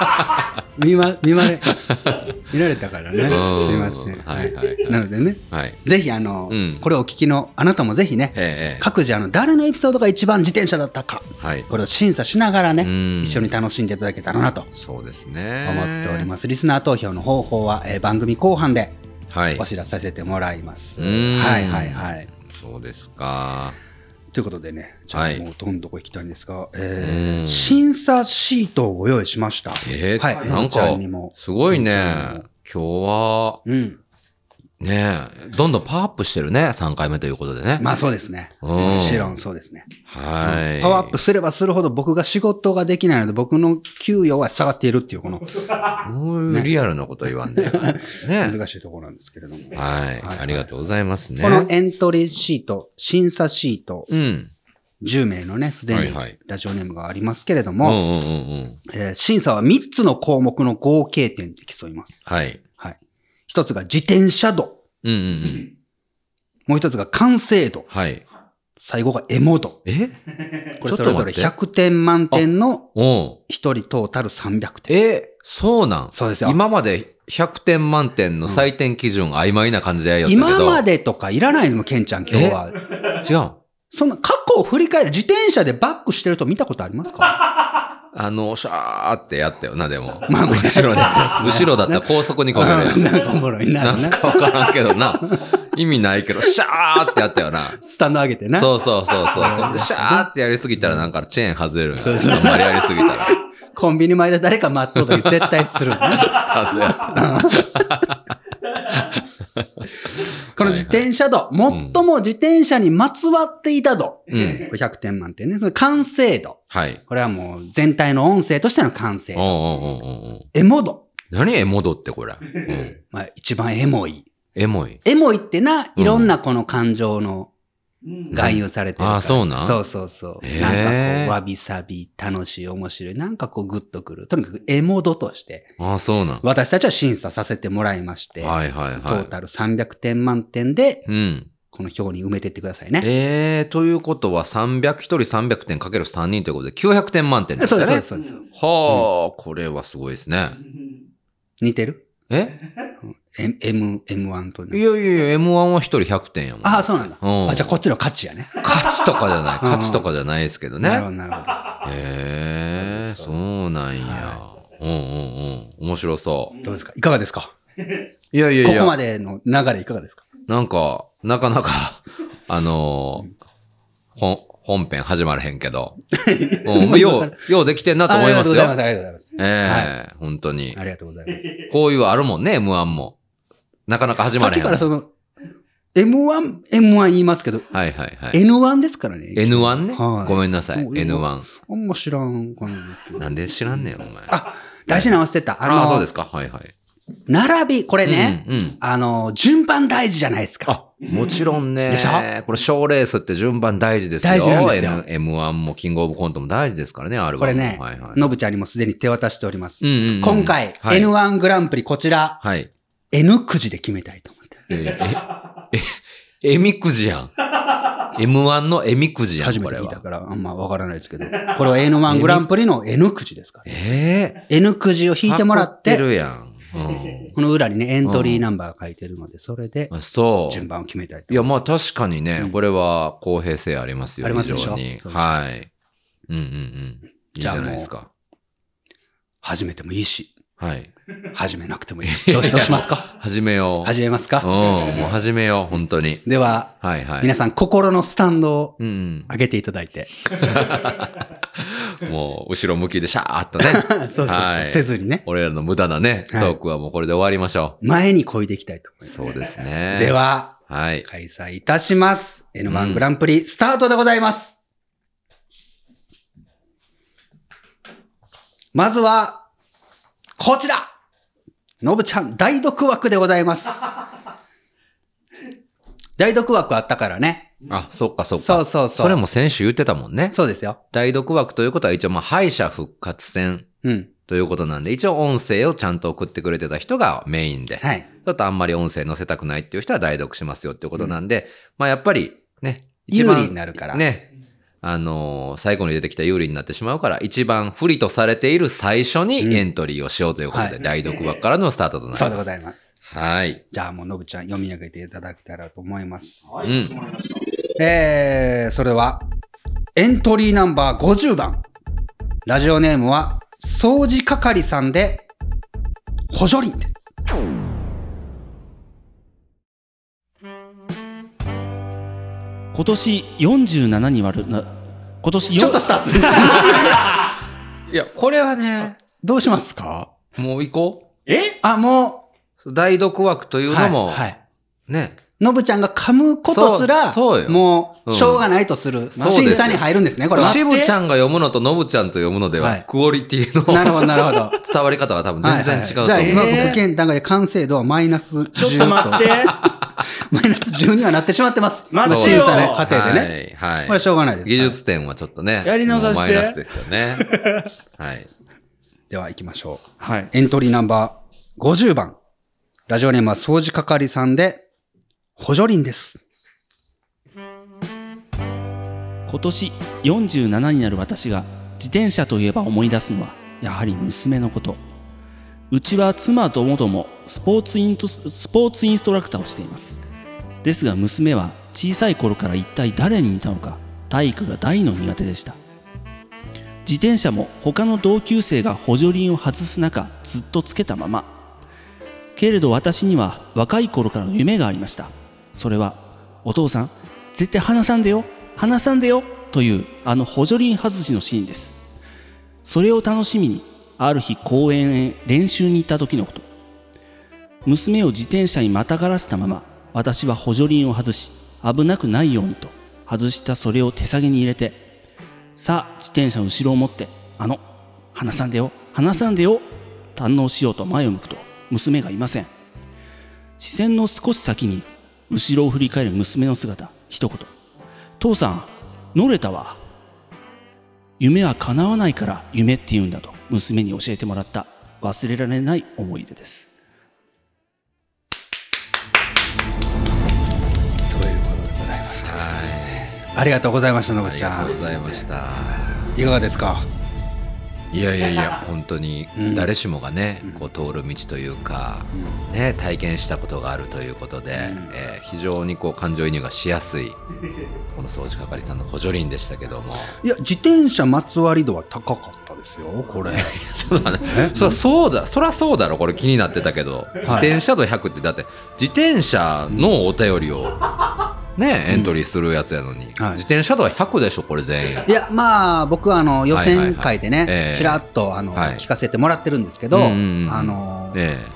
Speaker 1: 見ま見まれ見られたからね
Speaker 2: うん
Speaker 1: すいません、
Speaker 2: はいはいはい
Speaker 1: なのでね
Speaker 2: はい。
Speaker 1: ぜひあの、
Speaker 2: うん
Speaker 1: これをお聞きのあなたもぜひね、
Speaker 2: ええ
Speaker 1: 各自あの誰のエピソードが一番自転車だったか、
Speaker 2: はい
Speaker 1: これを審査しながらね、
Speaker 2: うん
Speaker 1: 一緒に楽しんでいただけたらなと
Speaker 2: そうですね。
Speaker 1: 思っております。リスナー投票の方法は、えー番組後半で
Speaker 2: はい
Speaker 1: お。知らせさせてもらいます。
Speaker 2: うーん
Speaker 1: はいはいはい。
Speaker 2: そうですか。
Speaker 1: ということでね、 じゃ
Speaker 2: は
Speaker 1: あ
Speaker 2: い
Speaker 1: もうどんどこ行きたいんですが、
Speaker 2: う
Speaker 1: え
Speaker 2: ん
Speaker 1: ー、審査シートをご用意しました。
Speaker 2: えー
Speaker 1: はい
Speaker 2: なん
Speaker 1: ちゃ
Speaker 2: か
Speaker 1: んにも、
Speaker 2: すごいね。
Speaker 1: ちゃんに
Speaker 2: 今日は、
Speaker 1: うん。
Speaker 2: ねえ、どんどんパワーアップしてるね。3回目ということでね。
Speaker 1: まあそうですね。
Speaker 2: うん
Speaker 1: もちろんそうですね。
Speaker 2: はい。
Speaker 1: パワーアップすればするほど僕が仕事ができないので、僕の給与は下がっているっていう、この
Speaker 2: もうリアルなこと言わんで。ね。
Speaker 1: 難しいところなんですけれども。こ
Speaker 2: はい。ありがとうございますね。
Speaker 1: のエントリーシート、審査シート、
Speaker 2: うん。
Speaker 1: 10名のね、すで
Speaker 2: は
Speaker 1: に
Speaker 2: いはい
Speaker 1: ラジオネームがありますけれど
Speaker 2: うんう
Speaker 1: も、
Speaker 2: んうんうん。
Speaker 1: えー審査は3つの項目の合計点で競います。
Speaker 2: はい。
Speaker 1: はい。一つが自転車度。
Speaker 2: うんうんうん。
Speaker 1: もう一つが完成度。
Speaker 2: はい。
Speaker 1: 最後がエモ 度。
Speaker 2: え
Speaker 1: こ
Speaker 2: ちょっと
Speaker 1: れそれぞ
Speaker 2: 待
Speaker 1: れ
Speaker 2: って
Speaker 1: 100点満点の
Speaker 2: おう
Speaker 1: 1人トータル300点。
Speaker 2: え、そうなん
Speaker 1: そうですよ
Speaker 2: 今まで100点満点の採点基準が曖昧な感じでやよったけど。
Speaker 1: 今までとかいらないのも、ケンちゃん今日は。
Speaker 2: 違う。
Speaker 1: そんな過去を振り返る、自転車でバックしてると見たことありま すか
Speaker 2: あの、シャーってやったよな、でも。
Speaker 1: まあ
Speaker 2: 後ろで。後ろだったら高速にこけるや
Speaker 1: うん
Speaker 2: ん。
Speaker 1: なんかおもろいな。
Speaker 2: なんかわからんけどな。意味ないけど、シャーってやったよな。
Speaker 1: スタンド上げてな。
Speaker 2: そうそうそうそうそう。でシャーってやりすぎたらなんかチェーン外れるんや。あんまりやりすぎたら。
Speaker 1: コンビニ前で誰か待っとうとき絶対するな。
Speaker 2: スタートやった。
Speaker 1: この自転車度、最も自転車にまつわっていた度。
Speaker 2: うん。
Speaker 1: これ100点満点ね。その完成度。
Speaker 2: はい。
Speaker 1: これはもう全体の音声としての完成
Speaker 2: おう
Speaker 1: 度。
Speaker 2: おうおうおうおう
Speaker 1: エモ度。
Speaker 2: 何エモドってこれ。うん。
Speaker 1: まあ一番エモい。
Speaker 2: エモい。
Speaker 1: エモいってな、いろんなこの感情の含有されてるから、
Speaker 2: あそうなん
Speaker 1: そうそうそう。
Speaker 2: へー
Speaker 1: なんかこう、わびさび、楽しい、面白い。なんかこう、グッとくる。とにかくエモ度として、
Speaker 2: ああ、そうなん。
Speaker 1: 私たちは審査させてもらいまして、
Speaker 2: はいはい
Speaker 1: ト
Speaker 2: は
Speaker 1: ー
Speaker 2: い。
Speaker 1: タル300点満点で、
Speaker 2: うん。
Speaker 1: この表に埋めてってくださいね。
Speaker 2: えー、ということは300、1人300点かける3人ということで900点満点
Speaker 1: そうです、そう
Speaker 2: ね
Speaker 1: です。そうです。
Speaker 2: はあ、これはすごいですね。
Speaker 1: 似てる
Speaker 2: え
Speaker 1: M- ?M、M1 と
Speaker 2: い
Speaker 1: ね。
Speaker 2: やいやいや、M1 は一人100点やもん。
Speaker 1: ああ、そうなんだ。
Speaker 2: うん
Speaker 1: あ、じゃあこっちの価値やね。
Speaker 2: 勝ちとかじゃない。
Speaker 1: うん
Speaker 2: 勝ちとかじゃないですけど
Speaker 1: なるほ
Speaker 2: ね。
Speaker 1: ど、なるほど。
Speaker 2: へえ、そうなんや。うんうんうん。面白そう。
Speaker 1: どうですかいかがですか
Speaker 2: いやいやい
Speaker 1: ここま
Speaker 2: や、
Speaker 1: での流れいかがですか
Speaker 2: なんか、なかな か、あのー、本、本編始まらへんけ ど。うん、よう、ようできてんなと思いますよ。
Speaker 1: ありがとうございます。
Speaker 2: ええ本当に。
Speaker 1: ありがとうございます。ありがとうございます。
Speaker 2: こういうあるもんね、M1 も。なかなか始
Speaker 1: さ
Speaker 2: ま
Speaker 1: っ
Speaker 2: らへ
Speaker 1: き
Speaker 2: ん。
Speaker 1: からその、M1、M1 言いますけど、
Speaker 2: はいはいはい。
Speaker 1: N1 ですからね。
Speaker 2: N1 ね、
Speaker 1: はい
Speaker 2: ごめんなさい。
Speaker 1: もう今
Speaker 2: N1。
Speaker 1: あんま知らんかな。
Speaker 2: なんで知らんねん、お前。あ、
Speaker 1: 大事なの忘れてた。あの、
Speaker 2: あそうですか。はいはい。
Speaker 1: 並び、これね、
Speaker 2: うんうん
Speaker 1: あの、順番大事じゃないですか。
Speaker 2: あ、もちろんね。
Speaker 1: でしょ
Speaker 2: これ、賞レースって順番大事ですよ。
Speaker 1: 大事なんですよ
Speaker 2: N- M1 もキングオブコントも大事ですからね、ある
Speaker 1: これね
Speaker 2: はいは、い。
Speaker 1: ノブちゃんにもすでに手渡しております。
Speaker 2: うんうんうん
Speaker 1: 今回、
Speaker 2: はい
Speaker 1: N1 グランプリ、こちら、
Speaker 2: はい。
Speaker 1: N くじで決めたいと思って。
Speaker 2: ええ、え、えみくじやん。M1 のえみくじや
Speaker 1: 初
Speaker 2: ん、
Speaker 1: め
Speaker 2: こ
Speaker 1: て
Speaker 2: れ
Speaker 1: 聞いた
Speaker 2: は。
Speaker 1: から、あんまわからないですけど。これは N1 グランプリの N くじですから。
Speaker 2: ええ
Speaker 1: N くじを引いてもらっ
Speaker 2: パ
Speaker 1: て
Speaker 2: ク、るやん。うん
Speaker 1: この裏にね、エントリーナンバーが書いてるので、それで
Speaker 2: あ。そう。
Speaker 1: 順番を決めたいと
Speaker 2: いや、まあ確かにね、これは公平性ありますよ、
Speaker 1: ありま
Speaker 2: 非
Speaker 1: すでし
Speaker 2: 常
Speaker 1: ょ
Speaker 2: に。
Speaker 1: そう
Speaker 2: はい。うんうんうん。いいじ
Speaker 1: じゃあ
Speaker 2: ゃ
Speaker 1: もう
Speaker 2: ないですか。
Speaker 1: 始めてもいいし、
Speaker 2: はい。
Speaker 1: 始めなくてもいい。どうしどうしますか
Speaker 2: 始めよう。
Speaker 1: 始めますか
Speaker 2: うん、もう始めよう、本当に。
Speaker 1: では、
Speaker 2: はいはい。
Speaker 1: 皆さん心のスタンドを
Speaker 2: うん、
Speaker 1: 上げていただいて。
Speaker 2: もう、後ろ向きでシャーっとね。
Speaker 1: そうそうそう。せずにね。
Speaker 2: 俺らの無駄なね、ト
Speaker 1: はい
Speaker 2: ークはもうこれで終わりましょ。
Speaker 1: 前に漕いでいきたいと思いうま
Speaker 2: そうですね。
Speaker 1: す。で。は、
Speaker 2: はい。
Speaker 1: 開催いたします。
Speaker 2: う
Speaker 1: N1
Speaker 2: ん
Speaker 1: グランプリスタートでございます。まずは、こちらのぶちゃん、大読枠でございます。 大読枠あったからね。
Speaker 2: あ、そっかそっか。
Speaker 1: そうそうそう。
Speaker 2: それも先週言ってたもんね。
Speaker 1: そうですよ。
Speaker 2: 代読枠ということは一応まあ敗者復活戦
Speaker 1: うん。
Speaker 2: ということなんで、一応音声をちゃんと送ってくれてた人がメインで、
Speaker 1: はい。
Speaker 2: ちょっとあんまり音声載せたくないっていう人は代読しますよっていうことなんで、まあやっぱりね、
Speaker 1: 有利になるから
Speaker 2: ね、あのー最後に出てきた有利になってしまうから、一番不利とされている最初にエントリーをしようということで、
Speaker 1: はい
Speaker 2: 代読枠からのスタートとなります。
Speaker 1: そうでございます。
Speaker 2: はい。
Speaker 1: じゃあもうのぶちゃん読み上げていただけたらと思います。
Speaker 3: は
Speaker 2: うん
Speaker 3: い、かしこまりました。
Speaker 1: えー、それは、エントリーナンバー50番。ラジオネームは、掃除係さんで、補助輪です。
Speaker 5: 今年47に割るな今年よ
Speaker 1: ちょっとスタ ート
Speaker 2: いや、これはね、
Speaker 1: どうしますか
Speaker 2: もう行こ
Speaker 5: え
Speaker 1: あ、も、
Speaker 2: う。代読枠といううのも、
Speaker 1: はいはい。
Speaker 2: ね、
Speaker 1: のぶちゃんが噛むことすら、
Speaker 2: そうそうよ
Speaker 1: もう、
Speaker 2: うん
Speaker 1: しょうがないとする、
Speaker 2: そうですよ
Speaker 1: 審査に入るんですね、これは。
Speaker 2: 渋ちゃんが読むのとノブちゃんと読むのでは、
Speaker 1: はい
Speaker 2: クオリティの
Speaker 1: なるほど、なるほど。
Speaker 2: 伝わり方は多分全然違うと思う。
Speaker 1: はいはいじ
Speaker 5: え
Speaker 1: ゃあ今
Speaker 5: ー
Speaker 1: 僕現段階で完成度はマイナス10
Speaker 5: ちょっと待って
Speaker 1: マイナス10にはなってしまってます。
Speaker 5: 待って
Speaker 1: 審
Speaker 5: よ
Speaker 1: 査の過程でね。
Speaker 2: はい。はい
Speaker 1: これはしょうがないです。
Speaker 2: 技術点はちょっとね。
Speaker 5: やり直させて
Speaker 2: もうマイナスですよ ね。はい。
Speaker 1: では行きましょう。
Speaker 5: はい
Speaker 1: エントリーナンバー50番。ラジオネームは掃除係さんで、補助輪です。
Speaker 5: 今年47になる私が自転車といえば思い出すのはやはり娘のことうちは妻ともともスポーツイントスポーツインストラクターをしていますですが娘は小さい頃から一体誰に似たのか体育が大の苦手でした自転車も他の同級生が補助輪を外す中ずっとつけたままけれど私には若い頃からの夢がありましたそれはお父さん絶対離さんでよ離さんでよというあの補助輪外しのシーンですそれを楽しみにある日公園へ練習に行った時のこと娘を自転車にまたがらせたまま私は補助輪を外し危なくないようにと外したそれを手提げに入れてさあ自転車の後ろを持ってあの離さんでよ離さんでよ堪能しようと前を向くと娘がいません視線の少し先に後ろを振り返る娘の姿一言「父さん乗れたわ」夢は叶わないから夢って言うんだと娘に教えてもらった忘れられない思い出です
Speaker 1: ということでございました。
Speaker 2: はい。
Speaker 1: ありがとうございました、の
Speaker 2: あ
Speaker 1: ぶ
Speaker 2: り
Speaker 1: ち
Speaker 2: がと
Speaker 1: ゃん
Speaker 2: うご。ざいました。
Speaker 1: いかがですか
Speaker 2: いやいやいや、本当に誰しもがね、こう通る道というか、ね、体験したことがあるということで、えー非常にこう感情移入がしやすい、この掃除係さんの補助輪でしたけど も。
Speaker 1: いや、自転車まつわり度は高かったですよ、 これ。
Speaker 2: そうだね。そらそうだ、そらそうだろ、これ気になってたけど、自転車と100って、だって、自転車のお便りを、ね、エントリーするやつやのに、
Speaker 1: はい
Speaker 2: 自転車とは100でしょ、これ全員。
Speaker 1: いや、まあ、僕はあの、予
Speaker 2: はい
Speaker 1: 選
Speaker 2: はいはい
Speaker 1: 会で
Speaker 2: え
Speaker 1: ね
Speaker 2: え、
Speaker 1: ちらっとあの、
Speaker 2: はい
Speaker 1: 聞かせてもらってるんですけど、
Speaker 2: うんうんうん
Speaker 1: あの、
Speaker 2: ね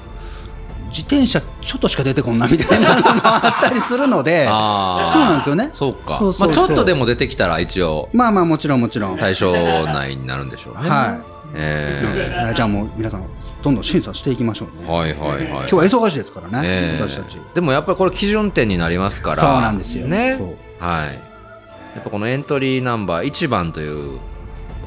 Speaker 1: 自転車ちょっとしか出てこんなみたいな のがあったりするので、
Speaker 2: あー
Speaker 1: そうなんですよね。
Speaker 2: そうか。
Speaker 1: そうそうそう
Speaker 2: まあ、ちょっとでも出てきたら、一応、
Speaker 1: まあまあ、もちろんもちろん。はい。
Speaker 2: 対象内になるんでしょうね。え
Speaker 1: じゃあもう皆さん、どんどん審査していきましょうね。
Speaker 2: ーはいはいはい。
Speaker 1: 今日は忙しいですからね、
Speaker 2: えー
Speaker 1: 私たち。
Speaker 2: でもやっぱりこれ基準点になりますから。
Speaker 1: そうなんですよ。
Speaker 2: ね
Speaker 1: そ。う
Speaker 2: はい。やっぱこのエントリーナンバー1番という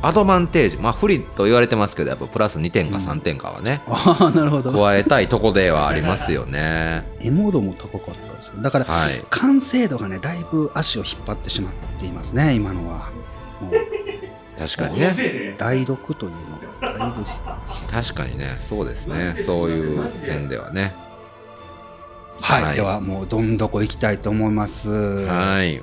Speaker 2: アドバンテージ、まあ不利と言われてますけど、やっぱプラス2点か3点かはね、
Speaker 1: ああ、なるほど。
Speaker 2: 加えたいとこではありますよね。
Speaker 1: エモ度も高かったですよ。だから、
Speaker 2: はい
Speaker 1: 完成度がね、だいぶ足を引っ張ってしまっていますね、今のは。もう
Speaker 2: 確かにね。
Speaker 3: せいで
Speaker 1: 代読というのが、だいぶ。
Speaker 2: 確かにね。そうですね。そういう点ではね。
Speaker 1: はい、
Speaker 2: はい
Speaker 1: ではもうどんどこ行きたいと思います。
Speaker 2: はい。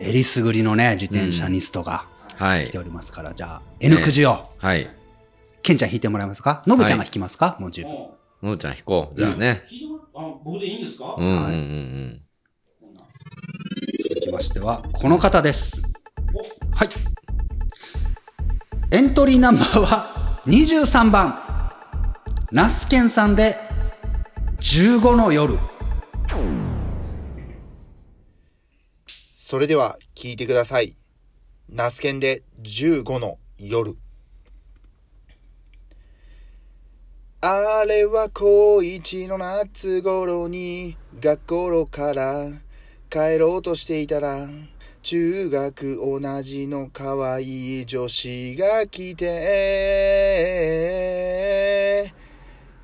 Speaker 1: えりすぐりのね、自転車ニストが
Speaker 2: は
Speaker 1: 来て
Speaker 2: い。
Speaker 1: おりますから、じゃあ、N くじを
Speaker 2: はい。
Speaker 1: ケンちゃん弾いてもらえますかノブちゃんが弾きますか、もう十分。
Speaker 2: のぶちゃん弾こう。じゃあね。
Speaker 5: 聞いてもらあ僕でいいんですか
Speaker 2: うん うんうんうん。
Speaker 1: 続きましては、この方です。はい。エントリーナンバーは23番。ナスケンさん で、15の夜。
Speaker 3: それでは聞いてください。ナスケンで15の夜。あれは高一の夏頃に学校から帰ろうとしていたら中学同じの可愛い女子が来て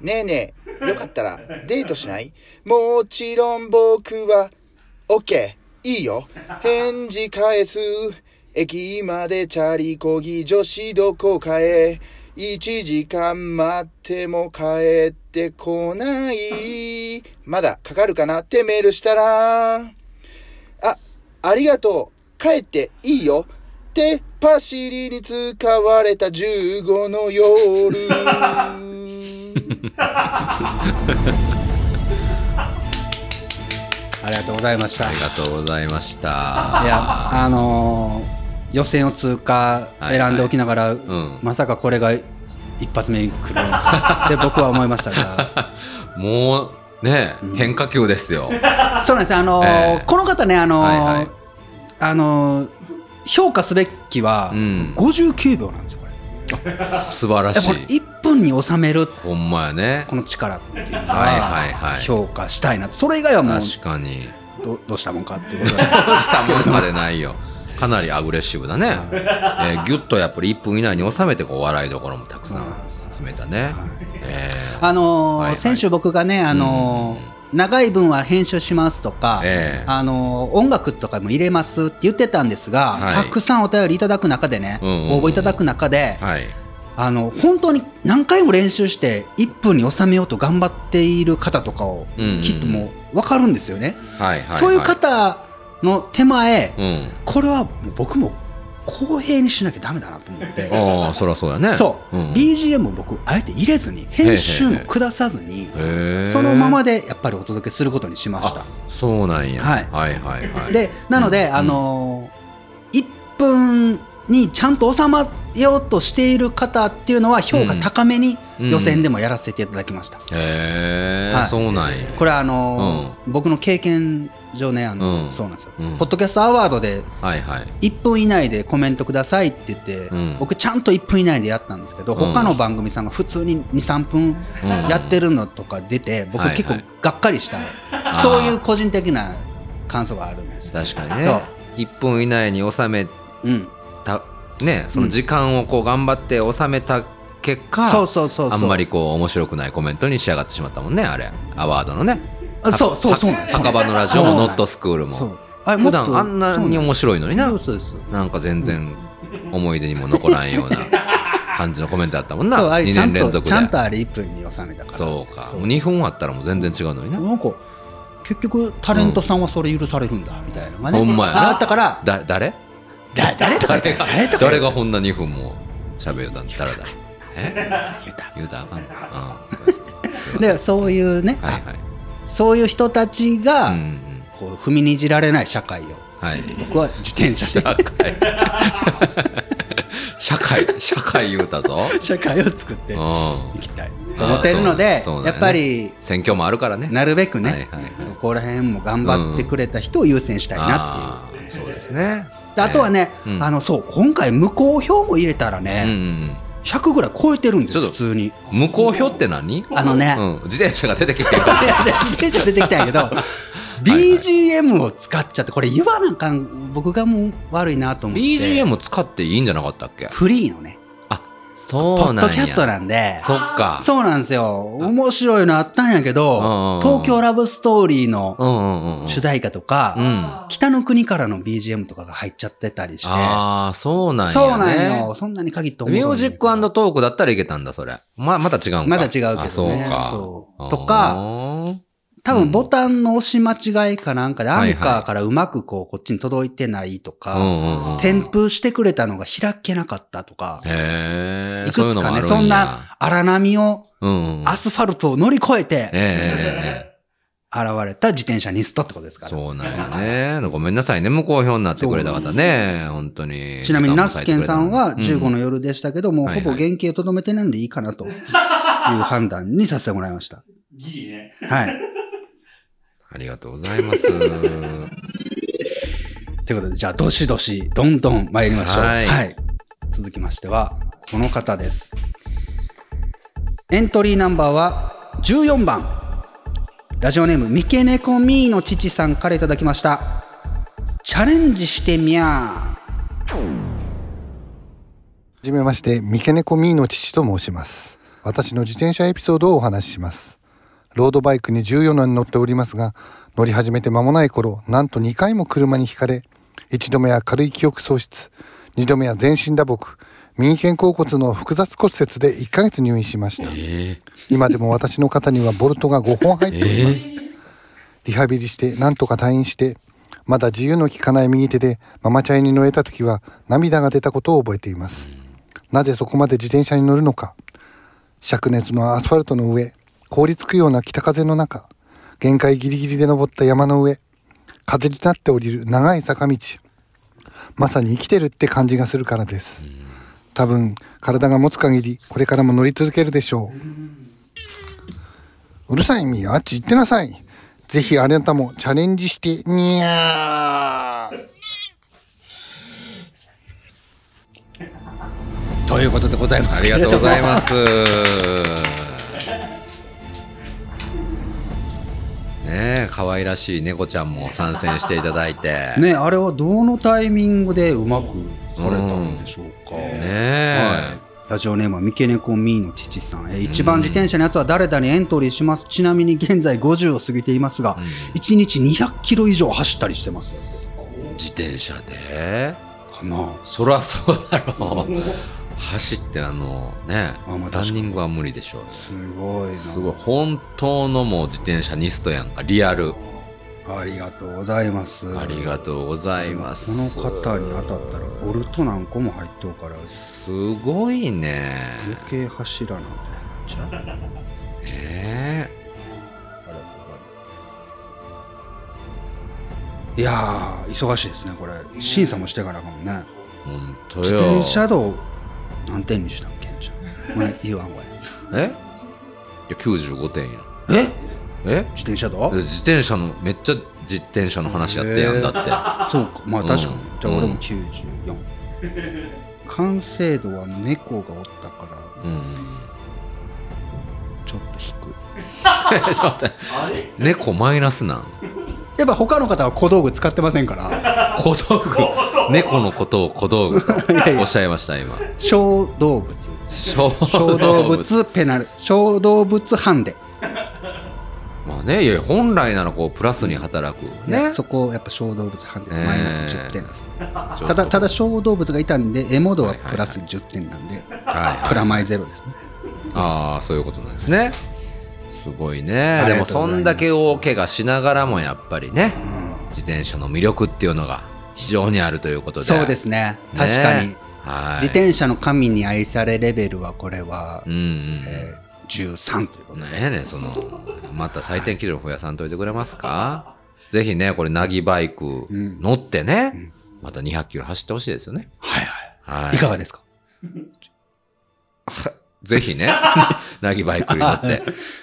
Speaker 3: ねえねえ、よかったらデートしないもちろん僕は OK。いいよ。返事返す。駅までチャリこぎ女子どこかへ。1時間待っても帰ってこない。まだかかるかなってメールしたら。あ、ありがとう。帰っていいよ。ってパシリに使われた15の夜。
Speaker 1: ありがとうございました。
Speaker 2: ありがとうございました。
Speaker 1: いや、あのー予選を通過
Speaker 2: はい
Speaker 1: 選んでおきながら、
Speaker 2: ん
Speaker 1: まさかこれが一発目に 来るって僕は思いましたが
Speaker 2: もう、ね、変化球ですよ。
Speaker 1: そうなんですあのー
Speaker 2: ええ
Speaker 1: この方ねあのー
Speaker 2: はいはい
Speaker 1: あのー評価すべきは
Speaker 2: うん
Speaker 1: 59秒なんですよこれ
Speaker 2: 素晴ら
Speaker 1: やっ
Speaker 2: し
Speaker 1: ぱこれ
Speaker 2: い。
Speaker 1: 1分に収める
Speaker 2: ほんまやね。
Speaker 1: この力っていうの
Speaker 2: はいはいは
Speaker 1: はい評価したいなそれ以外はもう
Speaker 2: 確かに。
Speaker 1: どどうしたもんかっていうことで
Speaker 2: どうしたもんかでないよ。かなりアグレッシブだね。 えー、ぎゅっとやっぱり1分以内に収めてこう笑いどころもたくさん詰めたね。えー
Speaker 1: あのー
Speaker 2: はいはい
Speaker 1: 先週僕がねあのー長い分は編集しますとか、
Speaker 2: ええ
Speaker 1: あの音楽とかも入れますって言ってたんですが、
Speaker 2: はい
Speaker 1: たくさんお便りいただく中でね、
Speaker 2: うんうんうん
Speaker 1: 応募いただく中で、
Speaker 2: はい。
Speaker 1: あの本当に何回も練習して1分に収めようと頑張っている方とかを、
Speaker 2: うんうんうん
Speaker 1: きっともう分かるんですよね。
Speaker 2: はいはい、はい。
Speaker 1: そういう。方の手前、
Speaker 2: うん。
Speaker 1: これはもう僕も公平にしなきゃダメだなと思って。
Speaker 2: ああ、そりゃそうだね。
Speaker 1: そう、
Speaker 2: ん、
Speaker 1: BGM を僕あえて入れずに編集も下さずに
Speaker 2: へー
Speaker 1: そのままでやっぱりお届けすることにしました
Speaker 2: そうなんや。
Speaker 1: はい
Speaker 2: はいはいはい。
Speaker 1: でなので、
Speaker 2: うん
Speaker 1: あのー、1分にちゃんと収まようとしている方っていうのは評価高めに
Speaker 2: うん
Speaker 1: 予選でもやらせていただきました、
Speaker 2: へえ、
Speaker 1: はい
Speaker 2: そうなんや。
Speaker 1: これはあのー僕の経験上ねあのー、
Speaker 2: うん
Speaker 1: そうなんですよ、
Speaker 2: うん
Speaker 1: ポッドキャストアワードで
Speaker 2: はいはい。
Speaker 1: 1分以内でコメントくださいって言って、
Speaker 2: うん
Speaker 1: 僕ちゃんと1分以内でやったんですけど、
Speaker 2: うん
Speaker 1: 他の番組さんが普通に23分やってるのとか出て、僕
Speaker 2: はいはい
Speaker 1: 結構がっかりした、
Speaker 2: ー
Speaker 1: そういう個人的な感想があるんですよ
Speaker 2: 確かにね。1分以内に収め
Speaker 1: うん、
Speaker 2: た、ね、その時間をこう頑張って収めた結果、
Speaker 1: そうそうそうそ
Speaker 2: あ
Speaker 1: う
Speaker 2: んまりこう面白くないコメントに仕上がってしまったもんね、あれ。アワードのね。
Speaker 1: あそうそうそうなんです
Speaker 2: 墓場のラジオもノットスクールも。
Speaker 1: そうあ
Speaker 2: 普段あんなに面白いのにな
Speaker 1: そう。そうです
Speaker 2: なんか全然思い出にも残らんような感じのコメントだったもんな。
Speaker 1: そうあ
Speaker 2: 2
Speaker 1: れちゃ
Speaker 2: 年
Speaker 1: ん
Speaker 2: 連
Speaker 1: と
Speaker 2: 続
Speaker 1: ち
Speaker 2: で
Speaker 1: ゃ。んとあれ1分に収めたから
Speaker 2: そうか。もう2分あったらもう全然違うのにな。
Speaker 1: なんか結局タレントさんはそれ許されるんだみたいなのがね、
Speaker 2: ほんまやな
Speaker 1: ああった から
Speaker 2: だ、誰
Speaker 1: だ誰とか言って誰とか
Speaker 2: 誰がこんな2分も喋るだったらだ。え
Speaker 1: 言った
Speaker 2: 言うたらあかんのあ
Speaker 1: でそういうね、
Speaker 2: あはいはい。
Speaker 1: そういう人たち
Speaker 2: う
Speaker 1: が、
Speaker 2: んうん。
Speaker 1: こう踏みにじられない社会を
Speaker 2: はい。
Speaker 1: 僕は自転車
Speaker 2: 社会。 社会、社会言うたぞ。
Speaker 1: 社会を作って
Speaker 2: う
Speaker 1: い
Speaker 2: ん。
Speaker 1: きたいと思ってるので、
Speaker 2: あそう
Speaker 1: やっぱり
Speaker 2: 選挙もあるからね。
Speaker 1: なるべくね、
Speaker 2: はいはいはい
Speaker 1: そこら辺も頑張ってくれた人を優先したいなっていう。
Speaker 2: あーそうですね。
Speaker 1: であとはね、
Speaker 2: うん
Speaker 1: あのそう今回無効票も入れたら
Speaker 2: えー、う
Speaker 1: ね、
Speaker 2: ん
Speaker 1: 100ぐらい超えてるんですよ
Speaker 2: ちょっ
Speaker 1: 普
Speaker 2: と
Speaker 1: 通に。
Speaker 2: うん。無効票って何
Speaker 1: あのね、
Speaker 2: うん。自転車が出てきてるから。
Speaker 1: いやいや自転車出てきたんやけど BGM を使っちゃってこれ言わなあかん僕がもう悪いなと思って
Speaker 2: BGM を使っていいんじゃなかったっけ
Speaker 1: フリーのね
Speaker 2: あ、そう
Speaker 1: ポ
Speaker 2: なんや。
Speaker 1: ッドキャストなんで
Speaker 2: そっか。
Speaker 1: そうなんですよ面白いのあったんやけ
Speaker 2: うんうんう
Speaker 1: ど
Speaker 2: ん
Speaker 1: 「東京ラブストーリー」の
Speaker 2: うんうんうんうん。
Speaker 1: 主題歌とか、
Speaker 2: うん。
Speaker 1: 北の国からの BGM とかが入っちゃってたりして
Speaker 2: ああ、そうなんや、ね。
Speaker 1: そうなんよそんなに限って思う
Speaker 2: ミュージッ
Speaker 1: は
Speaker 2: クトークだったらいけたんだ、それ。ま、また違うんか。
Speaker 1: まだ違うけどね
Speaker 2: あそうか。
Speaker 1: そう
Speaker 2: あー
Speaker 1: とか、多分ボタンの押し間違いかなんかで、ア
Speaker 2: はい
Speaker 1: ン
Speaker 2: はい
Speaker 1: カーからうまくこう、こっちに届いてないと
Speaker 2: うん
Speaker 1: か、
Speaker 2: うんうん。
Speaker 1: 添付してくれたのが開けなかったとか、
Speaker 2: へえ。
Speaker 1: いくつかね、
Speaker 2: そう
Speaker 1: そ
Speaker 2: いうんのも
Speaker 1: な荒波を、
Speaker 2: あるんや。うんうん。
Speaker 1: アスファルトを乗り越え
Speaker 2: ええ
Speaker 1: て、
Speaker 2: えええ
Speaker 1: 現れた自転車ニストってことです
Speaker 2: え。
Speaker 1: から。
Speaker 2: そうなんやね。ごめんなさいね。もう好評になってくれた方ね。本当に。
Speaker 1: ちなみに、ナスケンさんは
Speaker 2: 時間も割いてくれた
Speaker 1: 15の夜でしたけど、もう
Speaker 2: はいは
Speaker 1: ほ
Speaker 2: い
Speaker 1: ぼ原型をとどめてないのでいいかなという判断にさせてもらいました。
Speaker 5: ギリね。
Speaker 1: はい。
Speaker 2: うんありがとうございます。
Speaker 1: ということで、じゃあ、どしどし、どんどん参りましょう。は。
Speaker 2: はいい
Speaker 1: 続きましては、この方です。エントリーナンバーは14番。ラジオネーム、三毛猫ミーの父さんからいただきました。チャレンジしてみゃ
Speaker 6: はじめまして、三毛猫ミーの父と申します。私の自転車エピソードをお話しします。ロードバイクに14年乗っておりますが、乗り始めて間もない頃、なんと2回も車にひかれ、1度目は軽い記憶喪失、2度目は全身打撲、右肩甲骨の複雑骨折で1ヶ月入院しました。今でも私の肩にはボルトが5本入っております。リハビリして、なんとか退院して、まだ自由の利かない右手でママチャイに乗れた時は涙が出たことを覚えています。なぜそこまで自転車に乗るのか。灼熱のアスファルトの上、凍りつくような北風の中、限界ギリギリで登った山の上、風になって降りる長い坂道。まさに生きてるって感じがするからです。多分、体が持つ限り、これからも乗り続けるでしょう。うるさいみーあっち行ってなさい。ぜひあなたもチャレンジして、にゃー。
Speaker 1: ーということでございま
Speaker 2: あ
Speaker 1: す
Speaker 2: り
Speaker 1: け
Speaker 2: が
Speaker 1: れ
Speaker 2: と
Speaker 1: ど
Speaker 2: うご
Speaker 1: も
Speaker 2: ざい ます。ねえ、可愛らしい猫ちゃんも参戦していただいて。
Speaker 1: ね、あれはどのタイミングでうまくされたんでしょうか。
Speaker 2: ね
Speaker 1: はいラジオネームは三毛猫ミーの父さん。えー一番自転車のやつは誰々にエントリーします。ちなみに現在50を過ぎていますが、1日200キロ以上走ったりしてます。
Speaker 2: 自転車で
Speaker 1: かな
Speaker 2: そらそうだろう。走ってあのね、
Speaker 1: あまあ確か
Speaker 2: ラ
Speaker 1: に
Speaker 2: ンニングは無理でしょう。
Speaker 1: すごいな。
Speaker 2: すごい、本当のもう自転車ニストやんか、リアル。
Speaker 1: ありがとうございます。
Speaker 2: ありがとうございます。
Speaker 1: この方に当たったら、ボルト何個も入っとうから、余
Speaker 2: すごいね。
Speaker 1: 計走らなじ ゃあ
Speaker 2: ね
Speaker 1: いやー、忙しいですね、これ。審査もしてからかもね。
Speaker 2: え、本当
Speaker 1: 自
Speaker 2: よ。
Speaker 1: 転車道、何点にしたんけんちゃん。もうね、言わんわい。
Speaker 2: えいや、95点や。
Speaker 1: え
Speaker 2: え
Speaker 1: 自転車道
Speaker 2: 自転車の、めっちゃ自転車の話やってやんだって。
Speaker 1: そうか、まあ確かに。
Speaker 2: うん
Speaker 1: じゃあ俺
Speaker 2: う
Speaker 1: も
Speaker 2: ん
Speaker 1: 94。完成度は猫がおったから、
Speaker 2: うん。
Speaker 1: ちょっと低い。
Speaker 2: ちょっと待って猫マイナスなん
Speaker 1: やっぱ他の方は小道具使ってませんから、
Speaker 2: 小道具猫のことを小道具 とおっしゃいました今
Speaker 1: 小動物。
Speaker 2: 小
Speaker 1: 小動物ペナル、小動物ハンデ。
Speaker 2: まあねいや本来ならこうプラスに働く
Speaker 1: ね、
Speaker 2: ね
Speaker 1: そこをやっぱ小動物ハンデでマイナス10点です、ね
Speaker 2: ちょったと
Speaker 1: だ、ただ小動物がいたんで、獲物はプラス10点なんで、
Speaker 2: はい
Speaker 1: プラマイゼロですね。
Speaker 2: ああそういうことなんですねすごいね
Speaker 1: あり
Speaker 2: で
Speaker 1: が
Speaker 2: も
Speaker 1: とうございます
Speaker 2: そんだけ大怪我しながらもやっぱりね自転車の魅力っていうのが非常にあるということで
Speaker 1: そうですね。確かに。
Speaker 2: ねはい
Speaker 1: 自転車の神に愛されレベルはこれは、
Speaker 2: うんうん
Speaker 1: えー13ということで
Speaker 2: なんやねんそのまた採点基準増やさんといてくれますかぜひねこれなぎバイク乗ってね、また200キロ走ってほしいですよね
Speaker 1: はいはい。
Speaker 2: はいい
Speaker 1: かがですか
Speaker 2: ぜひ ねなぎバイクに乗って、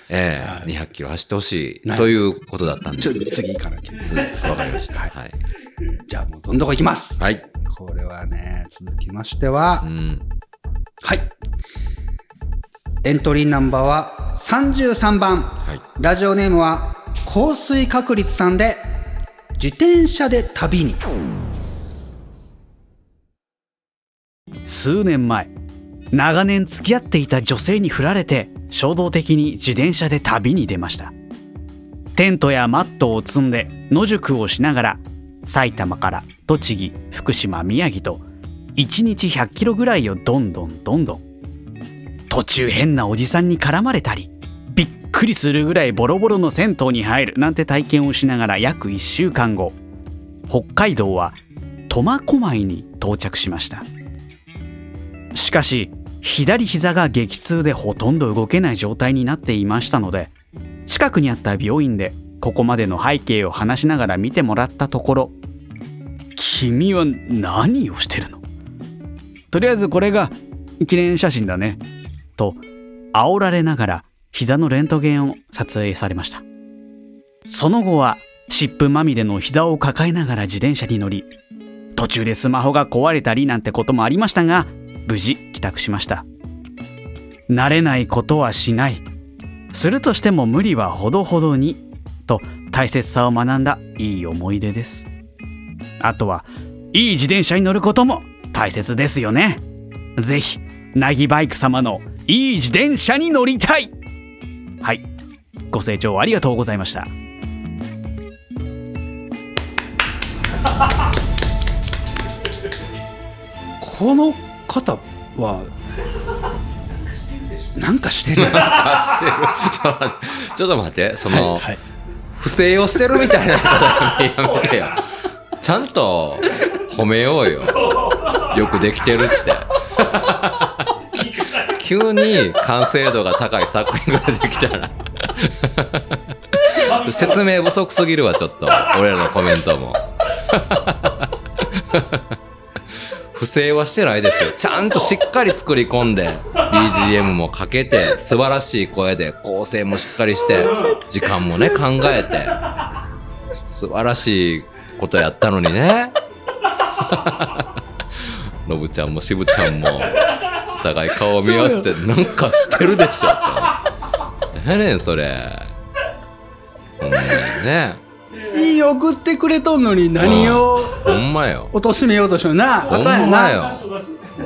Speaker 2: ええ200キロ走ってほしい
Speaker 1: はい
Speaker 2: ということだったんで
Speaker 1: ちょっ
Speaker 2: す
Speaker 1: と次行かなきゃいけない
Speaker 2: そうですわかりましたはい、
Speaker 1: じゃあもうどんどこ行きます。
Speaker 2: はい、
Speaker 1: これはね、続きましては、
Speaker 2: うん
Speaker 1: はい。エントリーナンバーは33番。
Speaker 2: はい
Speaker 1: ラジオネームは降水確率さんで自転車で旅に
Speaker 7: 数年前長年付き合っていた女性に振られて衝動的に自転車で旅に出ましたテントやマットを積んで野宿をしながら埼玉から栃木福島宮城と1日100キロぐらいをどんどんどんどん途中変なおじさんに絡まれたりびっくりするぐらいボロボロの銭湯に入るなんて体験をしながら約1週間後北海道は苫小牧に到着しましたしかし左膝が激痛でほとんど動けない状態になっていましたので近くにあった病院でここまでの背景を話しながら見てもらったところ「君は何をしてるの?」とりあえずこれが記念写真だねと煽られながら膝のレントゲンを撮影されましたその後は湿布まみれの膝を抱えながら自転車に乗り途中でスマホが壊れたりなんてこともありましたが無事帰宅しました慣れないことはしないするとしても無理はほどほどにと大切さを学んだいい思い出ですあとはいい自転車に乗ることも大切ですよねぜひなぎバイク様のいい自転車に乗りたいはいご清聴ありがとうございました
Speaker 1: この方はなんかしてるよ
Speaker 2: ちょっと待って ちょっと待ってその、不正をしてるみたいなことやめてよちゃんと褒めようよよくできてるって 急に完成度が高い作品ができたら説明不足すぎるわちょっと俺らのコメントも不正はしてないですよちゃんとしっかり作り込んで BGM もかけて素晴らしい声で構成もしっかりして時間もね考えて素晴らしいことやったのにね のぶちゃんもしぶちゃんもお互い顔を見合わせてなんかしてるでしょって何やねんそれほんまにね
Speaker 1: いい送ってくれとんのに何を
Speaker 2: ほんまよ
Speaker 1: 貶としめようとしようなあ
Speaker 2: ほん
Speaker 1: かんや
Speaker 2: まよ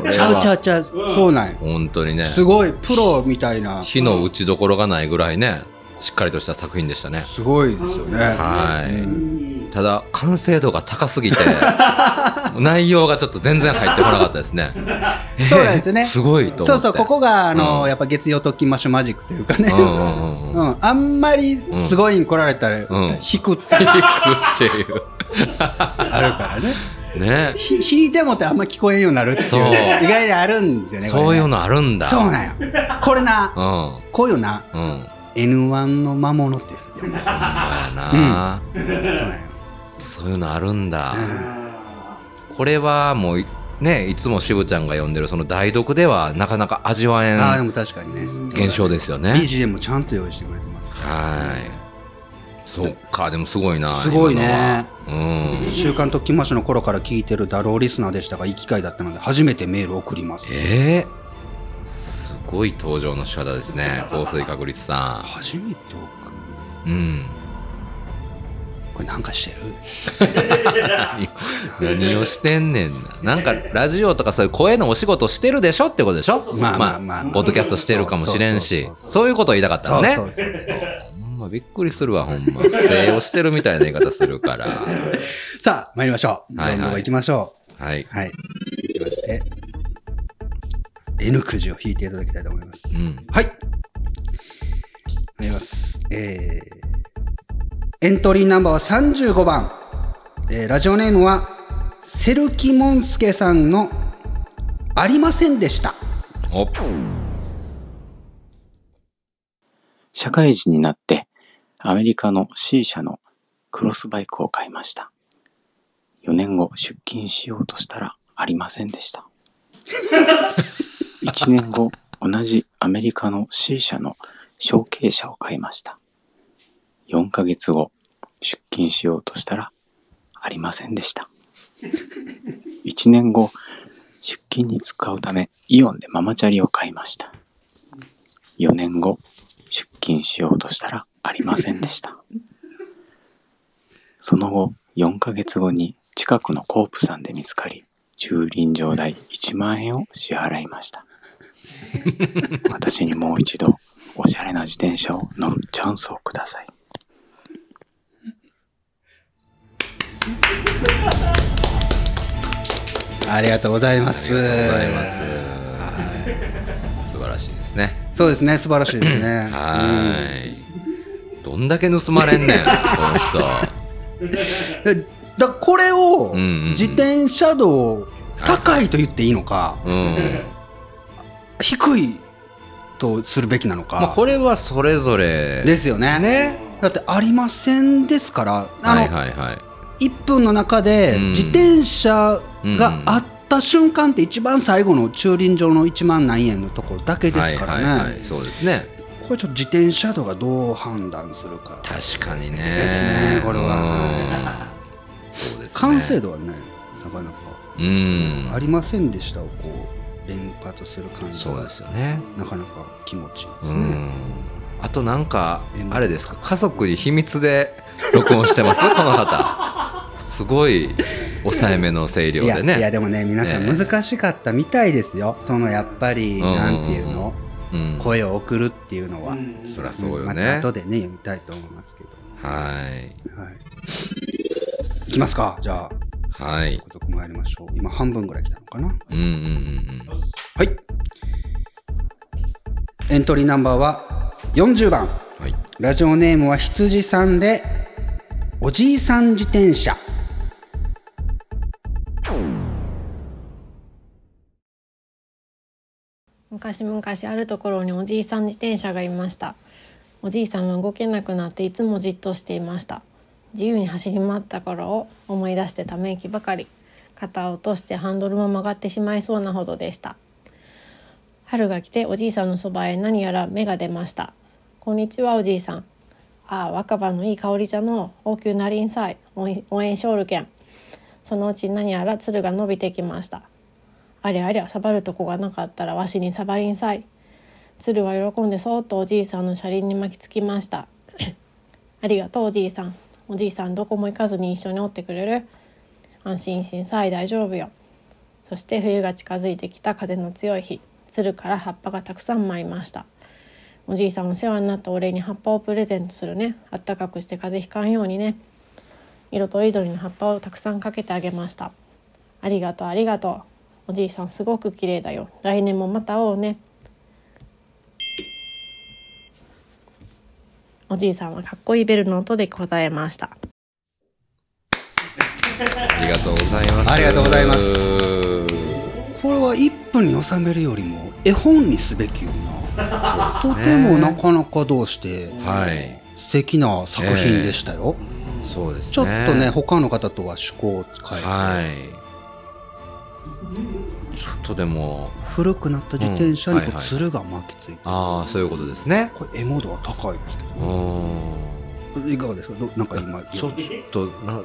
Speaker 1: なちゃうちゃうちゃうそうなんや
Speaker 2: 本当にね
Speaker 1: すごいプロみたいな
Speaker 2: 火の打ちどころがないぐらいねしっかりとした作品でしたね
Speaker 1: すごいですよね
Speaker 2: はいただ完成度が高す ぎて内容がちょっと全然入ってこなかったですね
Speaker 1: そうなんですよね
Speaker 2: すごいと思って
Speaker 1: そうそうここがあの、
Speaker 2: うん
Speaker 1: やっぱ月曜特勤マッシュマジックというかね、
Speaker 2: うんうんうんうん
Speaker 1: うん、あんまりすごいに来られたら、
Speaker 2: ん
Speaker 1: 引くって
Speaker 2: 行くって
Speaker 1: あるからね。
Speaker 2: いう ね
Speaker 1: ひ引いてもってあんま聞こえんようになるっていう
Speaker 2: そう
Speaker 1: ね、意外にあるんですよね。
Speaker 2: そういう
Speaker 1: の
Speaker 2: のあるんだ
Speaker 1: そうなんよ。これな、
Speaker 2: うん
Speaker 1: こういうな、
Speaker 2: うん
Speaker 1: N1 の魔物って言うんだよね
Speaker 2: まあな、そういうのあるんだ、これはもうねいつもしぶちゃんが呼んでるその代読ではなかなか味わえ
Speaker 1: ああ、で
Speaker 2: ん
Speaker 1: も確かにね。
Speaker 2: 現象ですよね
Speaker 1: BGM もちゃんと用意してくれてます。
Speaker 2: はいそっかでもすごいな
Speaker 1: すごいね。
Speaker 2: 今のはうん
Speaker 1: 週刊特勤マッシュの頃から聞いてるダローリスナーでしたが、いい機会だったので、初めてメールを送ります。
Speaker 2: えー、すごい登場の仕方ですね降水確率さ
Speaker 1: 初めて送る
Speaker 2: んうん
Speaker 1: これなんかしてる
Speaker 2: 何をしてんねんな。なんかラジオとかそういう声のお仕事してるでしょってことでしょ
Speaker 1: まあまあまあ
Speaker 2: ポッドキャストしてるかもしれんし
Speaker 1: そうそう、そう
Speaker 2: そういうことを言いたかったのね。
Speaker 1: そうそう
Speaker 2: ほんまびっくりするわ、ほんま。不正をしてるみたいな言い方するから。
Speaker 1: さあ、参りましょう。
Speaker 2: はいはい
Speaker 1: どんどん行きましょ
Speaker 2: はい。
Speaker 1: う。はい。行きまして、N くじを引いていただきたいと思います。
Speaker 2: うん。
Speaker 1: はい。あります。えー、エントリーナンバーは35番。えーラジオネームは、セルキモンスケさんの、ありませんでした。
Speaker 2: お
Speaker 8: 社会人になってアメリカの C 社のクロスバイクを買いました。4年後出勤しようとしたらありませんでした。1年 後同じアメリカの C 社の承継者を買いました。4ヶ月後出勤しようとしたらありませんでした。1年後出勤に使うためイオンでママチャリを買いました。4年後出勤しようとしたらありませんでしたその後4ヶ月後に近くのコープさんで見つかり駐輪場代1万円を支払いました私にもう一度おしゃれな自転車を乗るチャンスをください
Speaker 1: ありがとうございます。
Speaker 2: ありがとうございます。素晴らしいですね。
Speaker 1: そうですね、素晴らしいですね。
Speaker 2: はーい。どんだけ盗まれんねん、この 人。
Speaker 1: でだからこれを
Speaker 2: うんうんうん
Speaker 1: 自転車道高いと言っていいのか、
Speaker 2: うん。
Speaker 1: 低いとするべきなのか、
Speaker 2: まあ、これはそれぞれ。
Speaker 1: ですよねだってありませんですからあの、
Speaker 2: はいはいはい。
Speaker 1: 1分の中で
Speaker 2: うん
Speaker 1: 自転車があった瞬間って一番最後の駐輪場の1万何円のところだけですからね、
Speaker 2: はいはいはい、そうですね。
Speaker 1: これちょっと自転車道がどう判断するか
Speaker 2: 確かにね。
Speaker 1: ですねこれは
Speaker 2: うん。そうですね。
Speaker 1: 完成度はねなかなか
Speaker 2: うん。
Speaker 1: ありませんでしたをこう連発する感じ
Speaker 2: そう
Speaker 1: が
Speaker 2: ですよね。
Speaker 1: なかなか気持ちいいで
Speaker 2: う
Speaker 1: すね。
Speaker 2: ん。あとなんか、あれですか、家族に秘密で 録音してますこの方。すごい抑えめの声量
Speaker 1: いや
Speaker 2: でね。
Speaker 1: いやでもね皆さん
Speaker 2: ね
Speaker 1: 難しかったみたいですよ、そのやっぱり
Speaker 2: うん
Speaker 1: なんていうの、
Speaker 2: うん、
Speaker 1: 声を送るっていうのは、
Speaker 2: そりゃそうよ
Speaker 1: また
Speaker 2: ね。
Speaker 1: 後でね読みたいと思いますけど、
Speaker 2: はい。
Speaker 1: はい、いきますかじゃあ
Speaker 2: はい。
Speaker 1: 早速参りましょう今半分ぐらい来たのかな
Speaker 2: うんうんうんうん。
Speaker 1: はいエントリーナンバーは40番
Speaker 2: はい。
Speaker 1: ラジオネームは羊さんでおじいさん自転車
Speaker 9: 昔々あるところにおじいさん自転車がいましたおじいさんは動けなくなっていつもじっとしていました自由に走り回った頃を思い出してため息ばかり肩を落としてハンドルも曲がってしまいそうなほどでした春が来ておじいさんのそばへ何やら芽が出ましたこんにちはおじいさんああ若葉のいい香りじゃのう応急なりんさい応援応援しょおるけんそのうち何やら鶴が伸びてきましたありゃありゃサバるとこがなかったらわしにサバりんさい鶴は喜んでそーっとおじいさんの車輪に巻きつきました ありがとうおじいさんおじいさんどこも行かずに一緒におってくれる安心しんさい大丈夫よそして冬が近づいてきた風の強い日鶴から葉っぱがたくさん舞いましたおじいさんお世話になったお礼に葉っぱをプレゼントするねあったかくして風邪ひかんようにね色とりどりの葉っぱをたくさんかけてあげましたありがとうありがとうおじいさんすごく綺麗だよ来年もまた会おうねおじいさんはかっこいいベルの音で答えました
Speaker 2: ありがとうございます。
Speaker 1: ありがとうございます
Speaker 2: す。
Speaker 1: これは1分に収めるよりも絵本にすべきよなとてもなかなかどうして
Speaker 2: はい。
Speaker 1: 素敵な作品でしたよ、
Speaker 2: そうですね。
Speaker 1: ちょっとね他の方とは趣向を変えて、
Speaker 2: はい。ちょっとでも、
Speaker 1: 古くなった自転車にこ
Speaker 2: うんはいうはい
Speaker 1: 鶴が巻きついてる、
Speaker 2: ああ、そういうことですね。
Speaker 1: これ絵モードは高いですけ
Speaker 2: うーん。
Speaker 1: どいかがですかどなんか今
Speaker 2: ちょっとな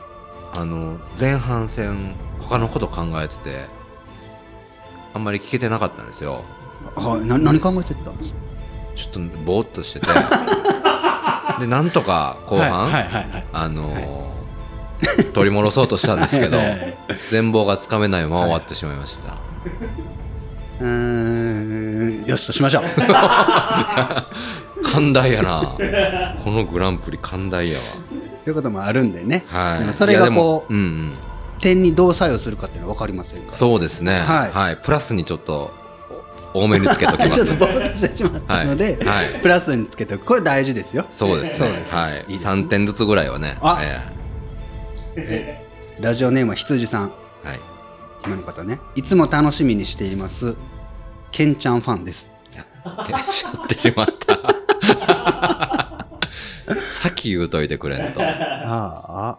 Speaker 2: あの前半戦他のこと考えててあんまり聞けてなかったんですよ
Speaker 1: はい、な何考えてたんですか
Speaker 2: ちょっとぼーっと しててでなんとか後半、
Speaker 1: はいはいはい
Speaker 2: あのー取り戻そうとしたんですけ ど全貌がつかめないまま終わってしまいました、
Speaker 1: うーんよしとしましょう
Speaker 2: 寛大やなこのグランプリ寛大や
Speaker 1: そういうこともあるんでね、
Speaker 2: わは
Speaker 1: でも
Speaker 2: い
Speaker 1: それ
Speaker 2: いや
Speaker 1: が
Speaker 2: でも
Speaker 1: こ
Speaker 2: うんうん
Speaker 1: う点にどう作用するかっていうのは分かりませんから
Speaker 2: そうですね
Speaker 1: はい
Speaker 2: プラスにちょっと多めにつけときま
Speaker 1: ちょっ
Speaker 2: す
Speaker 1: とぼーっとしてしまったので、
Speaker 2: はいは
Speaker 1: プラスにつけておくこれ大事ですよ
Speaker 2: そうですね。
Speaker 1: そうです
Speaker 2: はい
Speaker 1: い
Speaker 2: い。
Speaker 1: ですね
Speaker 2: 3点ずつぐらいはね。
Speaker 1: あ
Speaker 2: え
Speaker 1: ラジオネームは羊さん
Speaker 2: えはい。
Speaker 1: 今の方ねいつも楽しみにしていますケンちゃんファンです
Speaker 2: ってやってしまった。先言うといてくれんと。
Speaker 1: ああ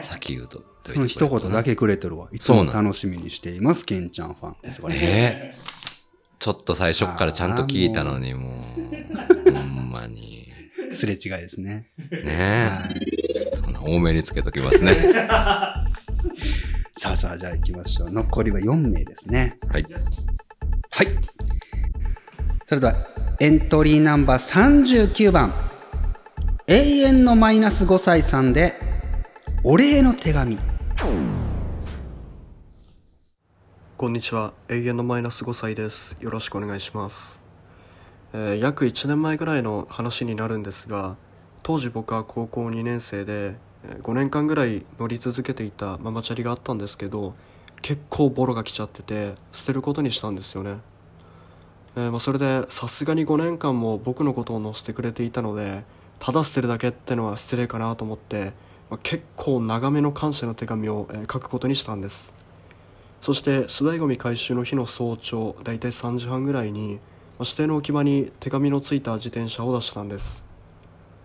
Speaker 2: 先言うといてく
Speaker 1: そ
Speaker 2: れんと。
Speaker 1: の一言だけくれてるわいつも楽しみにしていますケンちゃんファンですこれ
Speaker 2: ええちょっと最初っからちゃんと聞いたのに、もう。ほんまに。
Speaker 1: すれ違いですね
Speaker 2: ねえ。ちょっと多めにつけときますね。
Speaker 1: さあさあじゃあ行きましょう残りは4名ですね
Speaker 2: はい。
Speaker 1: はいそれではエントリーナンバー39番永遠のマイナス5歳さんでお礼の手紙
Speaker 10: こんにちは永遠のマイナス5歳ですよろしくお願いします、えー約1年前ぐらいの話になるんですが当時僕は高校2年生でえー5年間ぐらい乗り続けていたママチャリがあったんですけど結構ボロが来ちゃってて捨てることにしたんですよねえーまあ、それでさすがに5年間も僕のことを載せてくれていたのでただ捨てるだけってのは失礼かなと思って、まあ、結構長めの感謝の手紙を、えー書くことにしたんですそして粗大ごみ回収の日の早朝大体3時半ぐらいに、まあ、指定の置き場に手紙のついた自転車を出したんです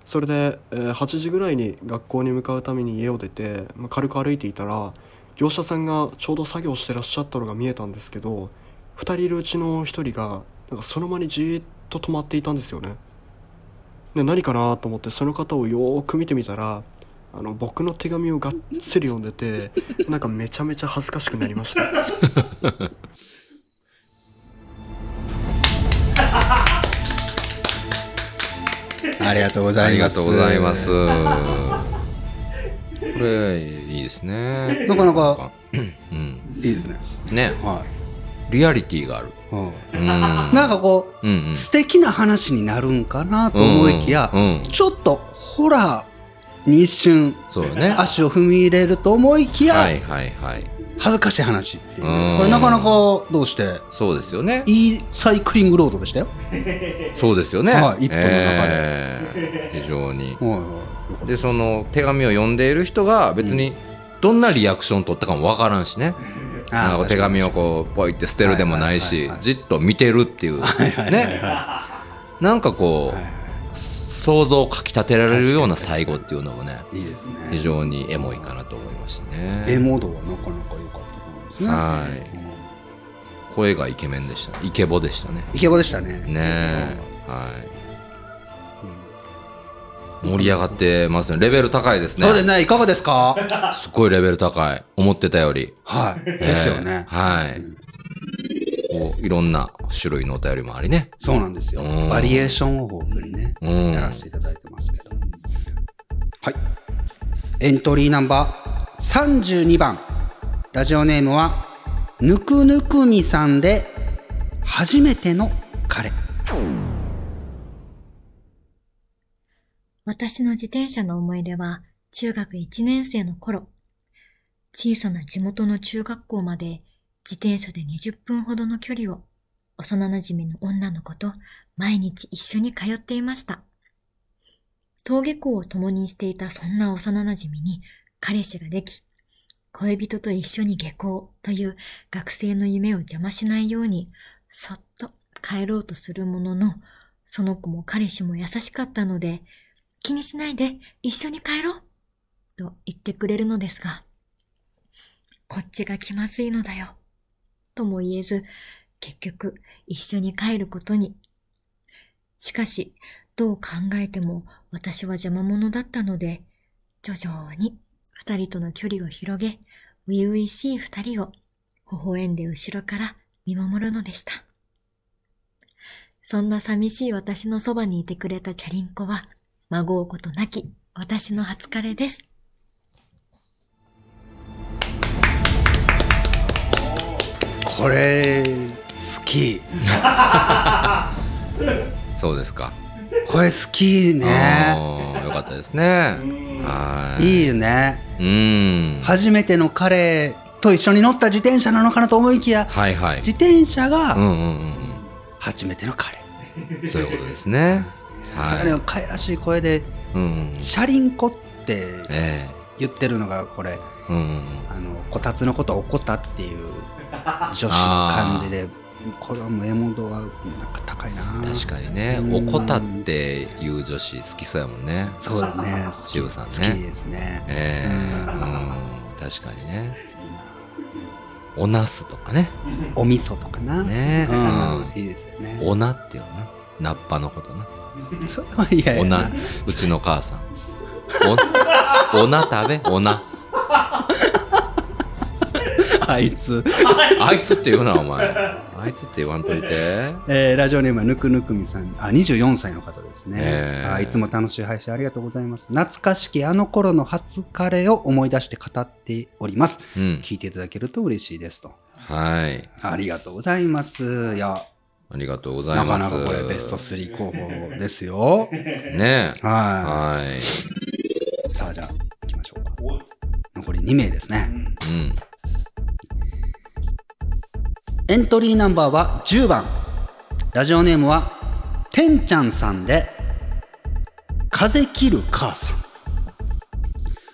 Speaker 10: それで、えー8時ぐらいに学校に向かうために家を出て、まあ、軽く歩いていたら業者さんがちょうど作業してらっしゃったのが見えたんですけど2人いるうちの1人がなんかその場にじーっと止まっていたんですよねで何かなと思ってその方をよーく見てみたらあの僕の手紙をがっつり読んでてなんかめちゃめちゃ恥ずかしくなりました
Speaker 1: ありがとうござ
Speaker 2: あ
Speaker 1: い
Speaker 2: り
Speaker 1: ま
Speaker 2: が
Speaker 1: す。
Speaker 2: とうございます。これいいですね。
Speaker 1: なかなか
Speaker 2: うん。
Speaker 1: いいですね。
Speaker 2: ね、
Speaker 1: は
Speaker 2: リアリティがある。
Speaker 1: い。うん
Speaker 2: うん。
Speaker 1: なんかこう、
Speaker 2: うんうん。
Speaker 1: 素敵な話になるんかなと思いきや、
Speaker 2: うんうん
Speaker 1: ちょっとホラーに一瞬
Speaker 2: そうね。
Speaker 1: 足を踏み入れると思いきや、
Speaker 2: はいはいはい。
Speaker 1: 恥ずかしい話っていう
Speaker 2: う
Speaker 1: ね
Speaker 2: ん
Speaker 1: これなかなかどうして
Speaker 2: そうですよね。
Speaker 1: いいサイクリングロードで したよ。
Speaker 2: そうですよね。
Speaker 1: はい一本の中で
Speaker 2: えー非常に。
Speaker 1: はいはい
Speaker 2: で、その手紙を読んでいる人が別にどんなリアクション取ったかもわからんしね。
Speaker 1: あー
Speaker 2: なんか手紙をこう、ポイって捨てるでもないし、じっと見てるっていう。ね。なんかこう、想像をかきたてられるような最後っていうのもね、
Speaker 1: いいですね。
Speaker 2: 非常にエモいかなと思いました
Speaker 1: エ
Speaker 2: ね。
Speaker 1: モ度はなかなか良かったと思うんですね。
Speaker 2: はい。声がイケメンでしたね。イケボでしたね。
Speaker 1: イケボでしたね。
Speaker 2: ねえ、はい。盛り上がってますね。レベル高いですね
Speaker 1: そう。ですね、いかがです か
Speaker 2: すっごいレベル高い。思ってたより。
Speaker 1: はい。ですよね
Speaker 2: えー。はい。こういろんな種類のお便りもありね。
Speaker 1: そうなんですよ
Speaker 2: うん。
Speaker 1: バリエーションを豊富にね、
Speaker 2: うん
Speaker 1: やらせていただいてますけど。はい。エントリーナンバー32番。ラジオネームは、ぬくぬくみさんで、初めての彼。
Speaker 11: 私の自転車の思い出は中学1年生の頃。小さな地元の中学校まで自転車で20分ほどの距離を幼馴染の女の子と毎日一緒に通っていました。登下校を共にしていたそんな幼馴染に彼氏ができ、恋人と一緒に下校という学生の夢を邪魔しないようにそっと帰ろうとするものの、その子も彼氏も優しかったので、気にしないで一緒に帰ろうと言ってくれるのですが、こっちが気まずいのだよとも言えず、結局一緒に帰ることに。しかし、どう考えても私は邪魔者だったので、徐々に二人との距離を広げ、初々しい二人を微笑んで後ろから見守るのでした。そんな寂しい私のそばにいてくれたチャリンコは、孫うことなき私の初彼です。
Speaker 1: これ、好き。
Speaker 2: そうですか。
Speaker 1: これ好きね。
Speaker 2: あーよかったですね。はい。
Speaker 1: いいよね。
Speaker 2: うん。
Speaker 1: 初めての彼と一緒に乗った自転車なのかなと思いきや、
Speaker 2: はいはい。
Speaker 1: 自転車
Speaker 2: うん
Speaker 1: が
Speaker 2: うんうん
Speaker 1: 初めての彼。
Speaker 2: うん。そういうことですね。
Speaker 1: さ
Speaker 2: は
Speaker 1: らに
Speaker 2: い。
Speaker 1: 可愛らしい声で、
Speaker 2: うんうん。
Speaker 1: 車輪子って
Speaker 2: え
Speaker 1: 言ってるのがこれ
Speaker 2: え。うんうん
Speaker 1: あのこたつのことをおこたっていう女子の感じでこれはもうエモ度はなんか高いな
Speaker 2: うん。確かにね。おこたっていう女子好きそうやもんね。
Speaker 1: そうだね好き
Speaker 2: シブさんね
Speaker 1: 好きですね
Speaker 2: ええうん、確かにね。おなすとかね。
Speaker 1: お味噌とかな、
Speaker 2: ね
Speaker 1: う
Speaker 2: うん
Speaker 1: ん、いいですよね
Speaker 2: おなっていうのな。ナッパのことな。
Speaker 1: それはいやいや
Speaker 2: おな、うちの母さん。お、おな食べおな。
Speaker 1: あいつ、
Speaker 2: あいつって言うな、お前。あいつって言わんといて。
Speaker 1: えーラジオネームはぬくぬくみさんあ24歳の方ですね、
Speaker 2: えー
Speaker 1: あいつも楽しい配信ありがとうございます懐かしきあの頃の初彼を思い出して語っております
Speaker 2: うん。
Speaker 1: 聞いていただけると嬉しいですと
Speaker 2: はい。
Speaker 1: ありがとうございます。いや、
Speaker 2: ありがとうござい
Speaker 1: なか
Speaker 2: ま
Speaker 1: な
Speaker 2: す。
Speaker 1: かこれベスト3候補ですよ。
Speaker 2: ねえ。
Speaker 1: は
Speaker 2: はい。
Speaker 1: い。さあ、じゃあ、行きましょうか。残り2名ですね。
Speaker 2: うん。
Speaker 1: エントリーナンバーは10番。ラジオネームはてんちゃんさんで「風切る母さん」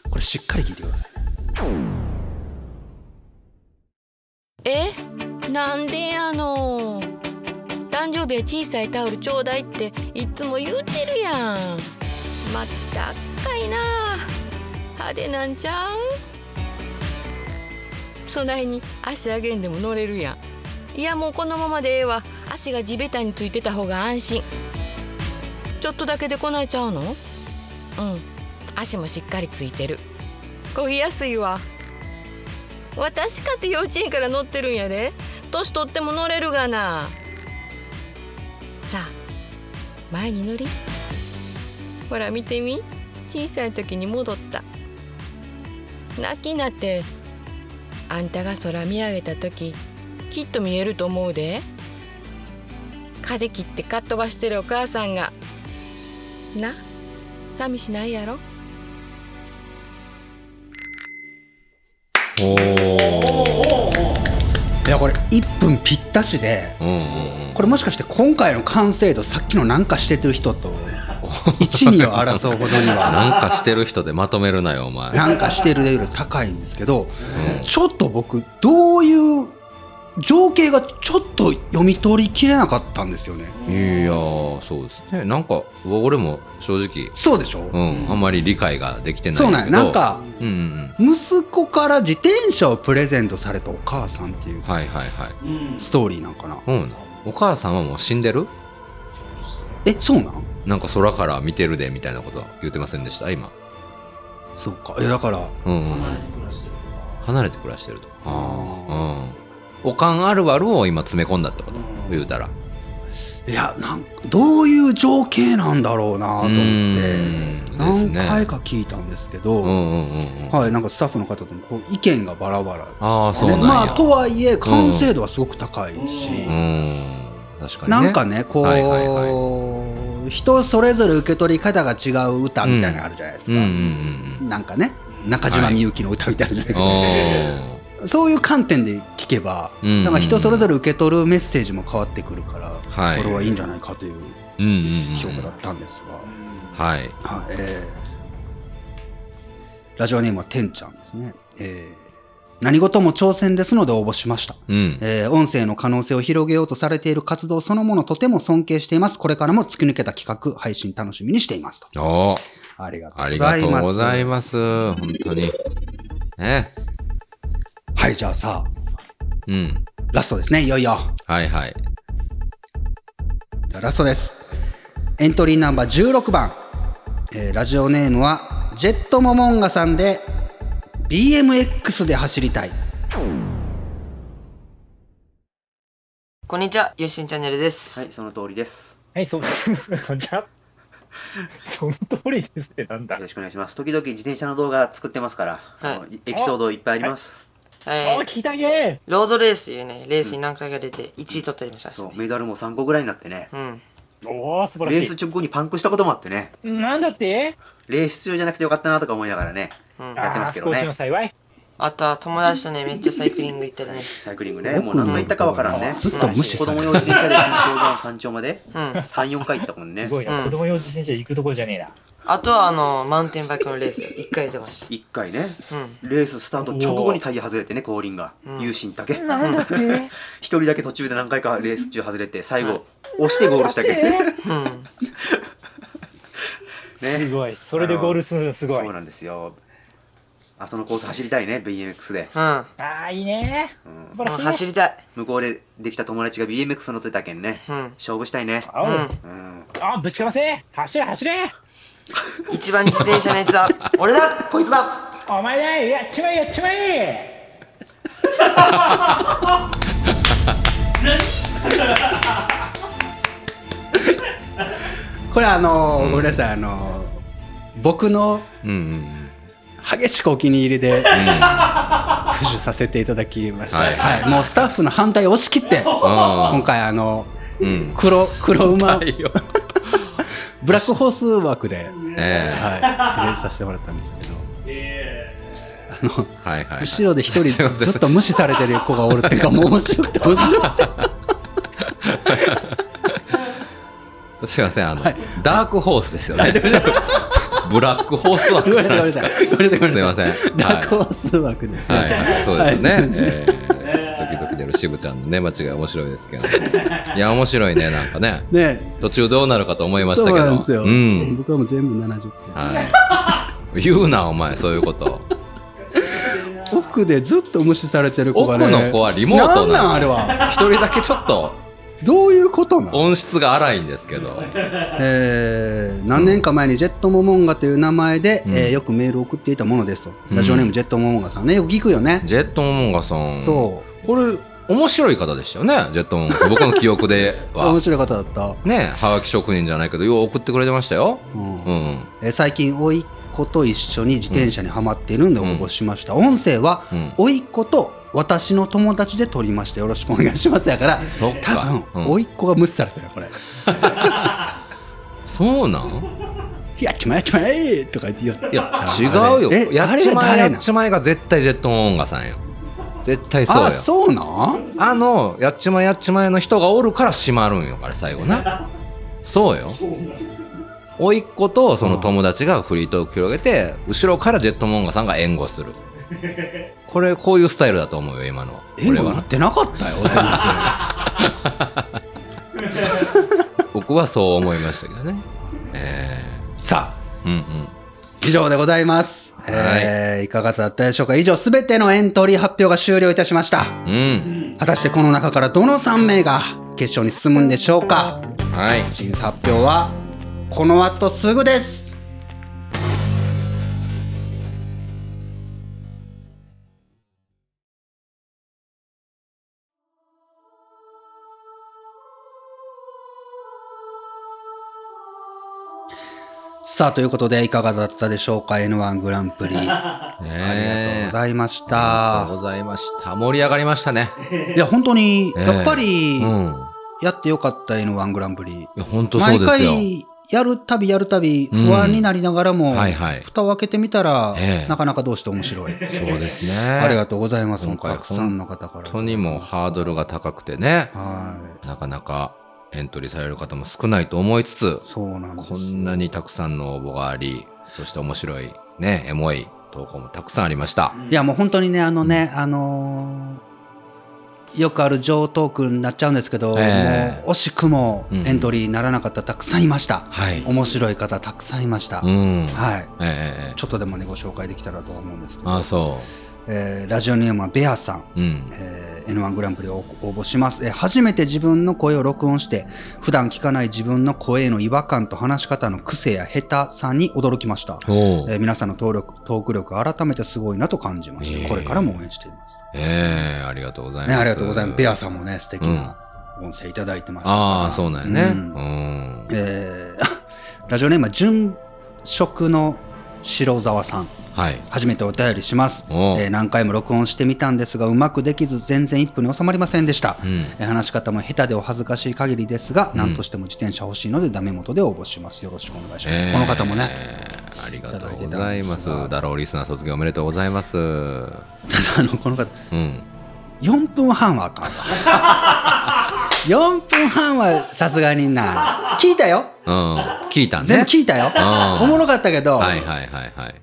Speaker 1: これしっかり聞いてください
Speaker 12: えなんでやの誕生日は小さいタオルちょうだいっていっつも言うてるやんまったっかいな派手なんちゃうそないに足上げんでも乗れるやんいやもうこのままでええわ足が地べたについてた方が安心ちょっとだけでこないちゃうのうん足もしっかりついてる漕ぎやすいわ私かって幼稚園から乗ってるんやで年取っても乗れるがなさあ前に乗りほら見てみ小さい時に戻った泣きなってあんたが空見上げた時きっと見えると思うで風切ってかっ飛ばしてるお母さんがな寂しないやろ
Speaker 1: いやこれ1分ぴったしで、これもしかして今回の完成度さっきのなんかしててる人と一二を争うほどには
Speaker 2: なんかしてる人でまとめるなよお前
Speaker 1: なんかしてるレベル高いんですけど、ちょっと僕どういう情景がちょっと読み取りきれなかったんですよね
Speaker 2: いやーそうですねなんか俺も正直
Speaker 1: そうでしょ
Speaker 2: うんあんまり理解ができてない
Speaker 1: そうんな
Speaker 2: だ
Speaker 1: ん
Speaker 2: け
Speaker 1: や
Speaker 2: ど
Speaker 1: なんか
Speaker 2: うんうん
Speaker 1: 息子から自転車をプレゼントされたお母さんっていう
Speaker 2: はいはいはい
Speaker 1: ストーリーなんかな
Speaker 2: うんお母さんはもう死んでる
Speaker 1: えそうなん
Speaker 2: なんか空から見てるでみたいなこと言ってませんでした今
Speaker 1: そうかえだから
Speaker 2: うんうん離れて暮らしてるとああうんおかんあるあるを今詰め込んだってこと言うたら
Speaker 1: いやなんどういう情景なんだろうなと思って
Speaker 2: です
Speaker 1: 何
Speaker 2: ね
Speaker 1: 回か聞いたんですけどはいなんかスタッフの方ともこう意見がバラバラ
Speaker 2: ああそう
Speaker 1: ね
Speaker 2: なんや、
Speaker 1: まあとはいえ完成度はすごく高いし、
Speaker 2: うん確かにね
Speaker 1: なんかねこう、
Speaker 2: はいはいはい
Speaker 1: 人それぞれ受け取り方が違う歌みたいなのあるじゃないですか、
Speaker 2: うんう ん
Speaker 1: なんかね中島みゆきの歌みたいなのじゃない
Speaker 2: あ
Speaker 1: けど、そういう観点で聞けば、
Speaker 2: うんうんうん
Speaker 1: なんか人それぞれ受け取るメッセージも変わってくるから、
Speaker 2: はい
Speaker 1: これはいいんじゃないかという
Speaker 2: うんうんうん
Speaker 1: 評価だったんですが、
Speaker 2: はい
Speaker 1: はいえーラジオネームはてんちゃんですね、えー何事も挑戦ですので応募しました
Speaker 2: うん
Speaker 1: えー音声の可能性を広げようとされている活動そのものとても尊敬しています。これからも突き抜けた企画、配信楽しみにしていますと。
Speaker 2: お
Speaker 1: ありがとう
Speaker 2: あ
Speaker 1: ご
Speaker 2: り
Speaker 1: ざ
Speaker 2: が
Speaker 1: い
Speaker 2: とう
Speaker 1: ます。
Speaker 2: ございます本当にね
Speaker 1: はい、じゃあさ、
Speaker 2: うん
Speaker 1: ラストですね、いよいよ。
Speaker 2: はいはい
Speaker 1: じゃあラストです。エントリーナンバー16番。えーラジオネームは、ジェットモモンガさんで、BMX で走りたい。
Speaker 13: こんにちは、ゆうしんチャンネルです。
Speaker 14: はい、その通りです。
Speaker 13: はい、 そう、じゃ
Speaker 14: その通りですってなんだ。よろしくお願いします。時々自転車の動画作ってますから、あのエピソードいっぱいあります。
Speaker 13: はい。聞いたねロードレースというね、レースに何回か出て、1位取ったりました、
Speaker 14: そう、メダルも3個ぐらいになってね。
Speaker 13: うん。
Speaker 14: おお、素
Speaker 13: 晴らしい
Speaker 14: レース直後にパンクしたこともあってね。
Speaker 13: なんだって
Speaker 14: レース中じゃなくてよかったなとか思いながらね、
Speaker 13: うん
Speaker 14: やってますけど
Speaker 13: あー不幸中
Speaker 14: ね
Speaker 13: の。あとは友達とね、めっちゃサイクリング行ったりね。
Speaker 14: サイクリングね、もう何回行ったかわからんね。
Speaker 13: ずっと無視
Speaker 14: 子
Speaker 13: され
Speaker 14: 供
Speaker 13: てる
Speaker 14: 用自転車で東山山頂まで、
Speaker 13: うん
Speaker 14: 3、4回行ったもんね。
Speaker 13: すごいなうん子供
Speaker 14: 用自転車行くところじゃねえな。
Speaker 13: あとはあの、マウンテンバイクのレース、1回出ました。
Speaker 14: 1回ね、レーススタート直後にタイヤ外れてね後輪が有心だけ
Speaker 13: なんだって
Speaker 14: 一人だけ途中で何回かレース中外れて最後押してゴールしたけど
Speaker 13: なんだ
Speaker 14: ねすごいそ
Speaker 15: れでゴールするのすごい
Speaker 14: そうなんですよあそのコース走りたいね BMX で、
Speaker 13: あ
Speaker 15: あいいね、素晴らしいね
Speaker 13: たい
Speaker 14: 向こうでできた友達が BMX 乗ってたけんね、勝負したいね
Speaker 15: おう
Speaker 14: うん
Speaker 15: あぶちかませ走れ走れ
Speaker 13: 一番自転車のや つは、俺だこいつだ
Speaker 15: お前だいやっちまえやっ ちまえ
Speaker 1: これあのーごめんなさい、あのー僕の、激しくお気に入り で、プッシュさせていただきました。
Speaker 2: はいは
Speaker 1: はい、もうスタッフの反対を押し切って、今回あの、
Speaker 2: うん
Speaker 1: 黒、黒馬、
Speaker 2: 太陽
Speaker 1: ブラックホース枠で、
Speaker 2: ええ
Speaker 1: はい、入れさせてもらったんですけど、あの、
Speaker 2: はいはい
Speaker 1: 後ろで一人
Speaker 2: すいません
Speaker 1: ずっと無視されてる子がおるっていうか、もう面白くて面白くて。
Speaker 2: すいません、あの、ダークホースですよね。ブラックホース枠
Speaker 1: ごめん
Speaker 2: じゃ
Speaker 1: なさい
Speaker 2: ないですか。
Speaker 1: ごめんなさいごめん
Speaker 2: すい
Speaker 1: な
Speaker 2: ま
Speaker 1: さ
Speaker 2: せん
Speaker 1: い。
Speaker 2: は
Speaker 1: ダ
Speaker 2: い
Speaker 1: ークホース枠ですね
Speaker 2: はいはい、そうですね。
Speaker 1: はいすいません
Speaker 2: えー、時々出る渋ちゃんのね、間違い面白いですけど。いや、面白いね、なんかね。
Speaker 1: ね
Speaker 2: 途中どうなるかと思いましたけど。
Speaker 1: そうなんですよ、
Speaker 2: ん
Speaker 1: 僕はもう全部70
Speaker 2: はい。言うな、お前、そういう こと。
Speaker 1: 点奥でずっと無視されてる子が
Speaker 2: 奥
Speaker 1: ね
Speaker 2: の子はリモート
Speaker 1: なんなんあれは
Speaker 2: 一人だけちょっと。
Speaker 1: どういうことなの
Speaker 2: 音質が荒いんですけど。
Speaker 1: えー何年か前にジェットモモンガという名前で、
Speaker 2: うん
Speaker 1: えーよくメールを送っていたものですと、
Speaker 2: うん
Speaker 1: ラジオネームジェットモモンガさんねよく聞くよね
Speaker 2: ジェットモモンガさん。。
Speaker 1: そう
Speaker 2: これ、面白い方でしたよね、ジェットモモンガさん。僕の記憶で
Speaker 1: そう
Speaker 2: は
Speaker 1: 面。白い方だった、
Speaker 2: ねはがき職人じゃないけど、よう送ってくれてましたよ。
Speaker 1: うん
Speaker 2: うん。
Speaker 1: えー最近甥っ子と一緒に自転車にはまっているんで応募しました、音声は
Speaker 2: うん
Speaker 1: 甥っ子と私の友達で撮りましたよろしくお願いしますやから
Speaker 2: そっ
Speaker 1: 多
Speaker 2: か
Speaker 1: 分。
Speaker 2: うん
Speaker 1: 甥っ子が無視されたよこれ
Speaker 2: そうなん
Speaker 1: 「やっちまえやっちまえ!」とか言って言っ
Speaker 2: い
Speaker 1: て
Speaker 2: や、違うよ。
Speaker 1: え
Speaker 2: やっちま
Speaker 1: あ
Speaker 2: え、や
Speaker 1: れは誰
Speaker 2: っ
Speaker 1: な
Speaker 2: ちまえが絶対ジェットモモンガさんよ。絶対そうよ。
Speaker 1: あそうなん
Speaker 2: あの、やっちまえやっちまえの人がおるから閉まるんよ、あれ最後な。そうよ。甥っ子とその友達がフリートーク広げて、後ろからジェットモンガさんが援護する。 これ、こういうスタイルだと思うよ、今の。
Speaker 1: 援護なってなかっ たよ全然
Speaker 2: 僕はそう思いましたけどね。え
Speaker 1: さあ
Speaker 2: ー、うんうん。
Speaker 1: 以上でございます、えーいかがだったでしょうか以上すべてのエントリー発表が終了いたしました
Speaker 2: うん。
Speaker 1: 果たしてこの中からどの3名が決勝に進むんでしょうか
Speaker 2: はい。
Speaker 1: 審査発表はこの後すぐですさあということでいかがだったでしょうか N1 グランプリ
Speaker 2: ね
Speaker 1: ありがとう
Speaker 2: え
Speaker 1: ございまし
Speaker 2: ありが
Speaker 1: た
Speaker 2: とうございました。盛り上がりましたね。
Speaker 1: いや本当に
Speaker 2: ええ
Speaker 1: やっぱり
Speaker 2: うん。
Speaker 1: やってよかった N1 グランプリ
Speaker 2: いや、本当そうですよ。
Speaker 1: 毎回やるたびやるたび
Speaker 2: うん
Speaker 1: 不安になりながらも、
Speaker 2: はいはい。
Speaker 1: 蓋を開けてみたら、
Speaker 2: ええ
Speaker 1: なかなかどうして面白い。
Speaker 2: そうですね。
Speaker 1: ありがとうございます。
Speaker 2: 今回
Speaker 1: たくさんの方から。
Speaker 2: 本当にもうハードルが高くてね、
Speaker 1: は
Speaker 2: なかなかエントリーされる方も少ないと思いつつ、
Speaker 1: い。そうなんです
Speaker 2: こ。んなにたくさんの応募があり、そして面白い、ね、エモい投稿もたくさんありました。
Speaker 1: いやもう本当にね、あのね、あのーよくある上トークになっちゃうんですけど、
Speaker 2: ええ
Speaker 1: もう惜しくも
Speaker 2: うん
Speaker 1: エントリーにならなかったたくさんいました。
Speaker 2: はい。うん。
Speaker 1: 面白い方たくさんいました。
Speaker 2: え
Speaker 1: はい。
Speaker 2: えええ
Speaker 1: ちょっとでもね、ご紹介できたらとは思うんですけど、
Speaker 2: ああ、そ
Speaker 1: えーラジオネームはベアさん。
Speaker 2: う。うん。
Speaker 1: えー N1 グランプリを応募します、えー初めて自分の声を録音して普段聞かない自分の声への違和感と話し方の癖や下手さに驚きました、
Speaker 2: おう
Speaker 1: えー皆さんの登録トーク力改めてすごいなと感じました、
Speaker 2: えー
Speaker 1: これからも応援しています、
Speaker 2: ええありがとうござい
Speaker 1: ね、
Speaker 2: ます。
Speaker 1: ありがとうございますベアさ
Speaker 2: ん。
Speaker 1: んもね素敵な音声いただいてましたから
Speaker 2: ああ、そうなんやね。
Speaker 1: うん
Speaker 2: うん。
Speaker 1: えー ラジオネームは純食の白沢さん
Speaker 2: はい。
Speaker 1: 初めてお便りします、
Speaker 2: おう
Speaker 1: えー何回も録音してみたんですがうまくできず全然1分に収まりませんでした、
Speaker 2: うん。
Speaker 1: えー話し方も下手でお恥ずかしい限りですが、
Speaker 2: ん
Speaker 1: 何としても自転車欲しいのでダメ元で応募しますよろしくお願いします、
Speaker 2: ええ
Speaker 1: この方もね
Speaker 2: ありがとうございます。ダローリスナー卒業おめでとうございます。う
Speaker 1: ただあのこの方
Speaker 2: ん。
Speaker 1: 4分半はあかんわ 4分半はさすがにな聞いたよ
Speaker 2: うん。聞いたね。
Speaker 1: 全部聞いたよ、
Speaker 2: うん
Speaker 1: おもろかったけど、
Speaker 2: はいはいはいはい。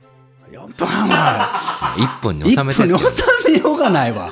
Speaker 1: 4分半は
Speaker 2: 1分に 収
Speaker 1: 1
Speaker 2: めてっ
Speaker 1: 分
Speaker 2: て
Speaker 1: に収めようがないわ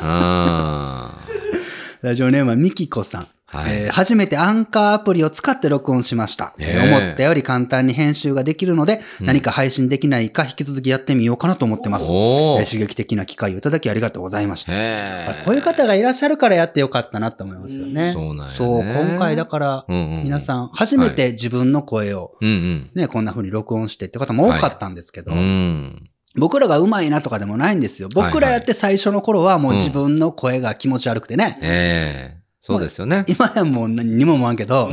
Speaker 2: な。うん。
Speaker 1: ラジオネームはみきこさん。
Speaker 2: はい
Speaker 1: えー初めてアンカーアプリを使って録音しました、
Speaker 2: ね
Speaker 1: えー思ったより簡単に編集ができるので、何か配信できないか引き続きやってみようかなと思ってます。
Speaker 2: おー
Speaker 1: えー刺激的な機会をいただきありがとうございました。
Speaker 2: へー
Speaker 1: こういう方がいらっしゃるからやってよかったなと思いますよね。
Speaker 2: そうなんやね
Speaker 1: そう今回だから、
Speaker 2: うんうんうん
Speaker 1: 皆さん初めて自分の声を、
Speaker 2: うん
Speaker 1: ね、こんな風に録音してって方も多かったんですけど、
Speaker 2: うん。うん。
Speaker 1: 僕らが上手いなとかでもないんですよ。僕らやって最初の頃はもう自分の声が気持ち悪くてね、
Speaker 2: ええそうですよね。
Speaker 1: 今やもう何にも思わんけど、
Speaker 2: うん。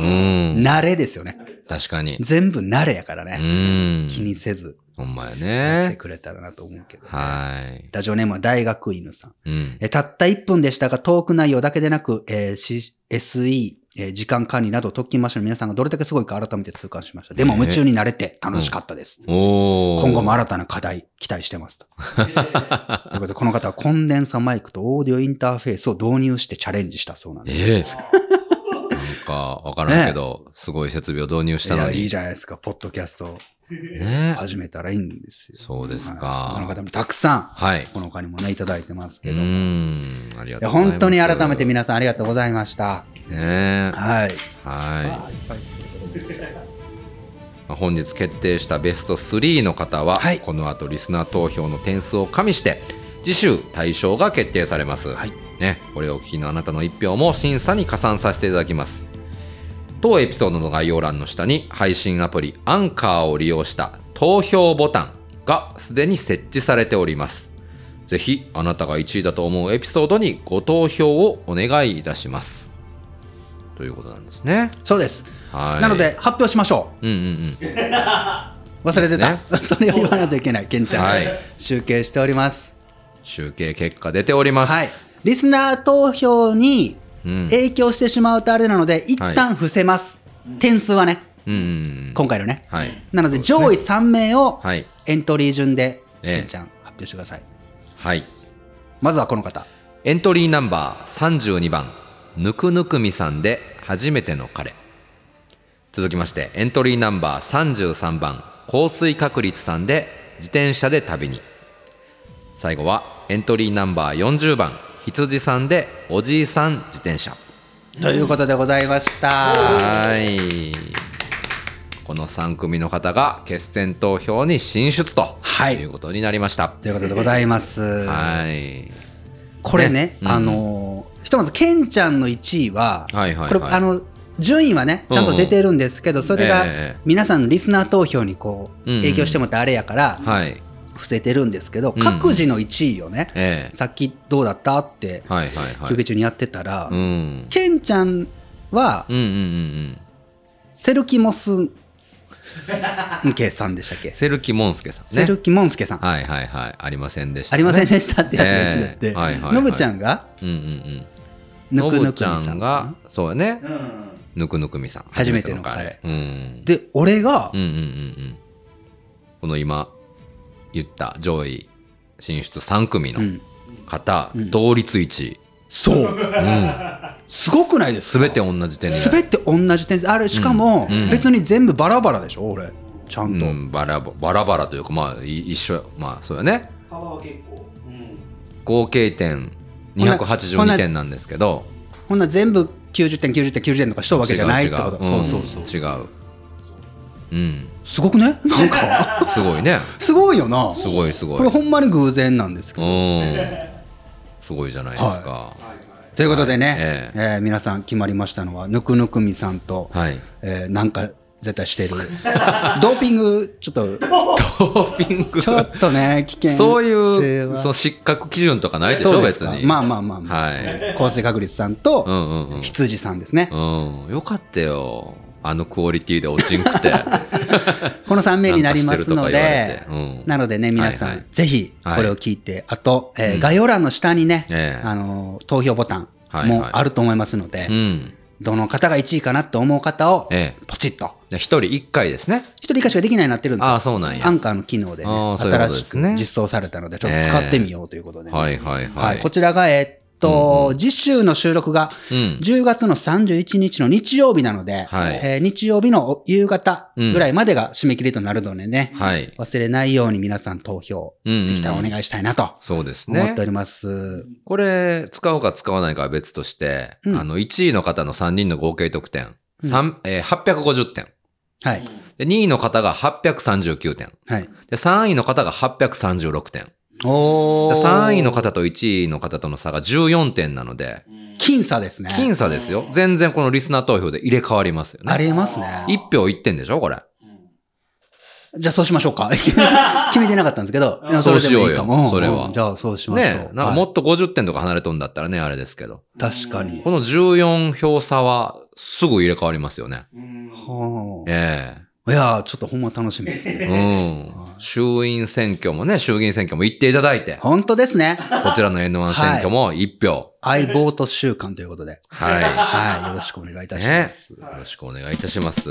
Speaker 1: 慣れですよね。
Speaker 2: 確かに。
Speaker 1: 全部慣れやから
Speaker 2: う
Speaker 1: ね。
Speaker 2: ん。
Speaker 1: 気にせず、
Speaker 2: ほんまや
Speaker 1: やって
Speaker 2: ね。
Speaker 1: くれたらなと思うけど。
Speaker 2: はい。
Speaker 1: ラジオネームは大学犬さん。
Speaker 2: うん。
Speaker 1: えたった1分でしたが、トーク内容だけでなく、えー C- SE、えー時間管理など特訓マッシュの皆さんがどれだけすごいか改めて痛感しました。でも夢中になれて楽しかったです。
Speaker 2: おー。
Speaker 1: 今後も新 たな課題期待してますと。ということで、この方はコンデンサマイクとオーディオインターフェースを導入してチャレンジしたそうなんです。
Speaker 2: ええかわからんけど、すごい設備を導入したの
Speaker 1: い
Speaker 2: に。
Speaker 1: やいいじゃないですか、ポッドキャストを
Speaker 2: ね
Speaker 1: 始めたらいいんですよ。
Speaker 2: そうですか。
Speaker 1: この方もたくさん、
Speaker 2: はい。
Speaker 1: この他にもね、いただいてますけ
Speaker 2: う
Speaker 1: ど。
Speaker 2: ーん、ありが
Speaker 1: い
Speaker 2: と
Speaker 1: や
Speaker 2: うございます。
Speaker 1: 本当に改めて皆さんありがとうございました。
Speaker 2: ね
Speaker 1: はい。
Speaker 2: はい。まあ本日決定したベスト3の方は、この後リスナー投票の点数を加味して次週対象が決定されます、ね、これをお聞きのあなたの1票も審査に加算させていただきます当エピソードの概要欄の下に配信アプリアンカーを利用した投票ボタンがすでに設置されておりますぜひあなたが1位だと思うエピソードにご投票をお願いいたしますということなんですね
Speaker 1: そうです
Speaker 2: はい
Speaker 1: なので、発表しましょ
Speaker 2: うん うんうん
Speaker 1: う。 忘れてた。
Speaker 2: で
Speaker 1: それを言わないといけない、ケンちゃん。
Speaker 2: はい
Speaker 1: 集計しております
Speaker 2: 集計結果出ております、
Speaker 1: はい。リスナー投票に
Speaker 2: うん
Speaker 1: 影響してしまうとあれなので、一旦伏せます。点数はね、
Speaker 2: うん
Speaker 1: 今回のね。
Speaker 2: はい
Speaker 1: なので、上位3名を
Speaker 2: はい
Speaker 1: エントリー順で、
Speaker 2: ええ
Speaker 1: ケンちゃん、発表してください。
Speaker 2: はい
Speaker 1: まずはこの方
Speaker 2: エントリーナンバー32番ぬくぬくみさんで初めての彼続きましてエントリーナンバー33番降水確率さんで自転車で旅に最後はエントリーナンバー40番羊さんでおじいさん自転車
Speaker 1: ということでございました。
Speaker 2: はいこの3組の方が決選投票に進出ということになりました、
Speaker 1: ということでございます
Speaker 2: はい
Speaker 1: これね、
Speaker 2: うん
Speaker 1: あのーひとまずケンちゃんの1位は、
Speaker 2: はいはいはい
Speaker 1: これあの順位はねちゃんと出てるんですけど、それが
Speaker 2: ええ
Speaker 1: 皆さんのリスナー投票にこう
Speaker 2: うんうん
Speaker 1: 影響してもらってあれやから、
Speaker 2: はい
Speaker 1: 伏せてるんですけ
Speaker 2: う
Speaker 1: ど、
Speaker 2: んうん
Speaker 1: 各自の1位をね、
Speaker 2: ええ
Speaker 1: さっきどうだったって
Speaker 2: はいはいはい
Speaker 1: 休憩中にやってたら、
Speaker 2: うん
Speaker 1: ケンちゃんは
Speaker 2: うんうんうんうん
Speaker 1: セルキモスンケさんでしたっけ
Speaker 2: セルキモンスケさんね
Speaker 1: セルキモンスケさん
Speaker 2: はいはいはいありませんでした
Speaker 1: あ
Speaker 2: ね、
Speaker 1: りませんでしたってやつが1だって、
Speaker 2: ええはいはいはい
Speaker 1: ノブちゃんが
Speaker 2: うんうんうん
Speaker 1: ぬくぬくみさん
Speaker 2: のぶちゃんがそうやね、ぬくぬくみさん
Speaker 1: 初めての彼
Speaker 2: 初めてのうん
Speaker 1: で俺が
Speaker 2: うんうんうんうんこの今言った上位進出3組の方、同率1位
Speaker 1: そう、すごくないです
Speaker 2: か全て同じ点で
Speaker 1: 全て同じ点数あれしかも
Speaker 2: うんうん
Speaker 1: 別に全部バラバラでしょ俺ちゃんと、
Speaker 2: うん、バラババラバラというかまあい一緒まあそうやね
Speaker 13: 幅は結構。
Speaker 2: 合計点282点なんですけど
Speaker 1: ほんなら全部90点90点90点とかしとるわけじゃないってこと
Speaker 2: 違う違う
Speaker 1: そうそう
Speaker 2: そう違ううん
Speaker 1: すごくねなん か
Speaker 2: すごいね
Speaker 1: すごいよな
Speaker 2: すごいすごい
Speaker 1: これほんまに偶然なんですけど、
Speaker 2: うんすごいじゃないですか
Speaker 1: ということでね、
Speaker 2: え
Speaker 1: えー皆さん決まりましたのはぬくぬくみさんと、
Speaker 2: はい
Speaker 1: えーなんか絶対してる ドーピングちょっとド
Speaker 2: ーピング
Speaker 1: ちょっとね危険
Speaker 2: そうい
Speaker 1: 性
Speaker 2: う
Speaker 1: は
Speaker 2: そう失格基準とかないでしょ
Speaker 1: そうで
Speaker 2: 別
Speaker 1: すか
Speaker 2: に
Speaker 1: まあまあまあまあ
Speaker 2: はい
Speaker 1: 降水確率さんと
Speaker 2: うんうんうん
Speaker 1: 羊さんですね、
Speaker 2: うんよかったよあのクオリティで落ちんく て
Speaker 1: この3名になりますの
Speaker 2: なんか
Speaker 1: で
Speaker 2: してるとか言われてうん
Speaker 1: なのでね皆さん、
Speaker 2: はいはい
Speaker 1: ぜひこれを聞いて、あと、えー概要欄の下にね、あのー投票ボタン
Speaker 2: はいはい
Speaker 1: もあると思いますので、
Speaker 2: うん
Speaker 1: どの方が1位かなって思う方を
Speaker 2: ええ
Speaker 1: ポチッと
Speaker 2: じゃあ一人一回ですね
Speaker 1: 一人以下しかできないようになってるんですよ
Speaker 2: ああそうなんや
Speaker 1: アンカーの機能で,、ね
Speaker 2: あーそういうこと
Speaker 1: 新
Speaker 2: で
Speaker 1: し
Speaker 2: す
Speaker 1: く
Speaker 2: ね
Speaker 1: 実装されたのでちょっと使ってみようということで、
Speaker 2: え
Speaker 1: ね
Speaker 2: えはいはい
Speaker 1: は
Speaker 2: はいい
Speaker 1: こちらがえーっと、次週の収録が
Speaker 2: うん
Speaker 1: 10月の31日の日曜日なので、
Speaker 2: はい
Speaker 1: えー日曜日の夕方ぐらいまでが締め切りとなるのでね、
Speaker 2: はい
Speaker 1: 忘れないように皆さん投票できたらお願いしたいなと
Speaker 2: そうです
Speaker 1: 思
Speaker 2: ね
Speaker 1: っております。
Speaker 2: これ、使おうか使わないかは別として、
Speaker 1: うん
Speaker 2: あの、1位の方の3人の合計得点、三えー850点。
Speaker 1: はい。
Speaker 2: で、2位の方が839点。
Speaker 1: はい。
Speaker 2: で、3位の方が836点。
Speaker 1: おー
Speaker 2: 3位の方と1位の方との差が14点なので、
Speaker 1: 僅差ですね。
Speaker 2: 僅差ですよ。全然このリスナー投票で入れ替わりますよね。
Speaker 1: ありえますね。
Speaker 2: 1票1点でしょこれ。
Speaker 1: じゃあそうしましょうか。 決めてなかったんですけど、いやそれでもいいかも。
Speaker 2: そうしようよそれは
Speaker 1: うんじゃあそうしましょう。
Speaker 2: ねなんかもっと50点とか離れとんだったらね、あれですけど。
Speaker 1: 確かに。
Speaker 2: この14票差はすぐ入れ替わりますよね。
Speaker 1: は
Speaker 2: ええ
Speaker 1: あいやーちょっとほんま楽しみですね。
Speaker 2: うん。衆院選挙もね、衆議院選挙も行っていただいて、こ
Speaker 1: 本当ですね。
Speaker 2: ちらの N1 選挙も1票。
Speaker 1: 相棒と週間ということで。
Speaker 2: はい。
Speaker 1: はい。よろしくお願いいたします。
Speaker 2: ね。よろしくお願いいたします。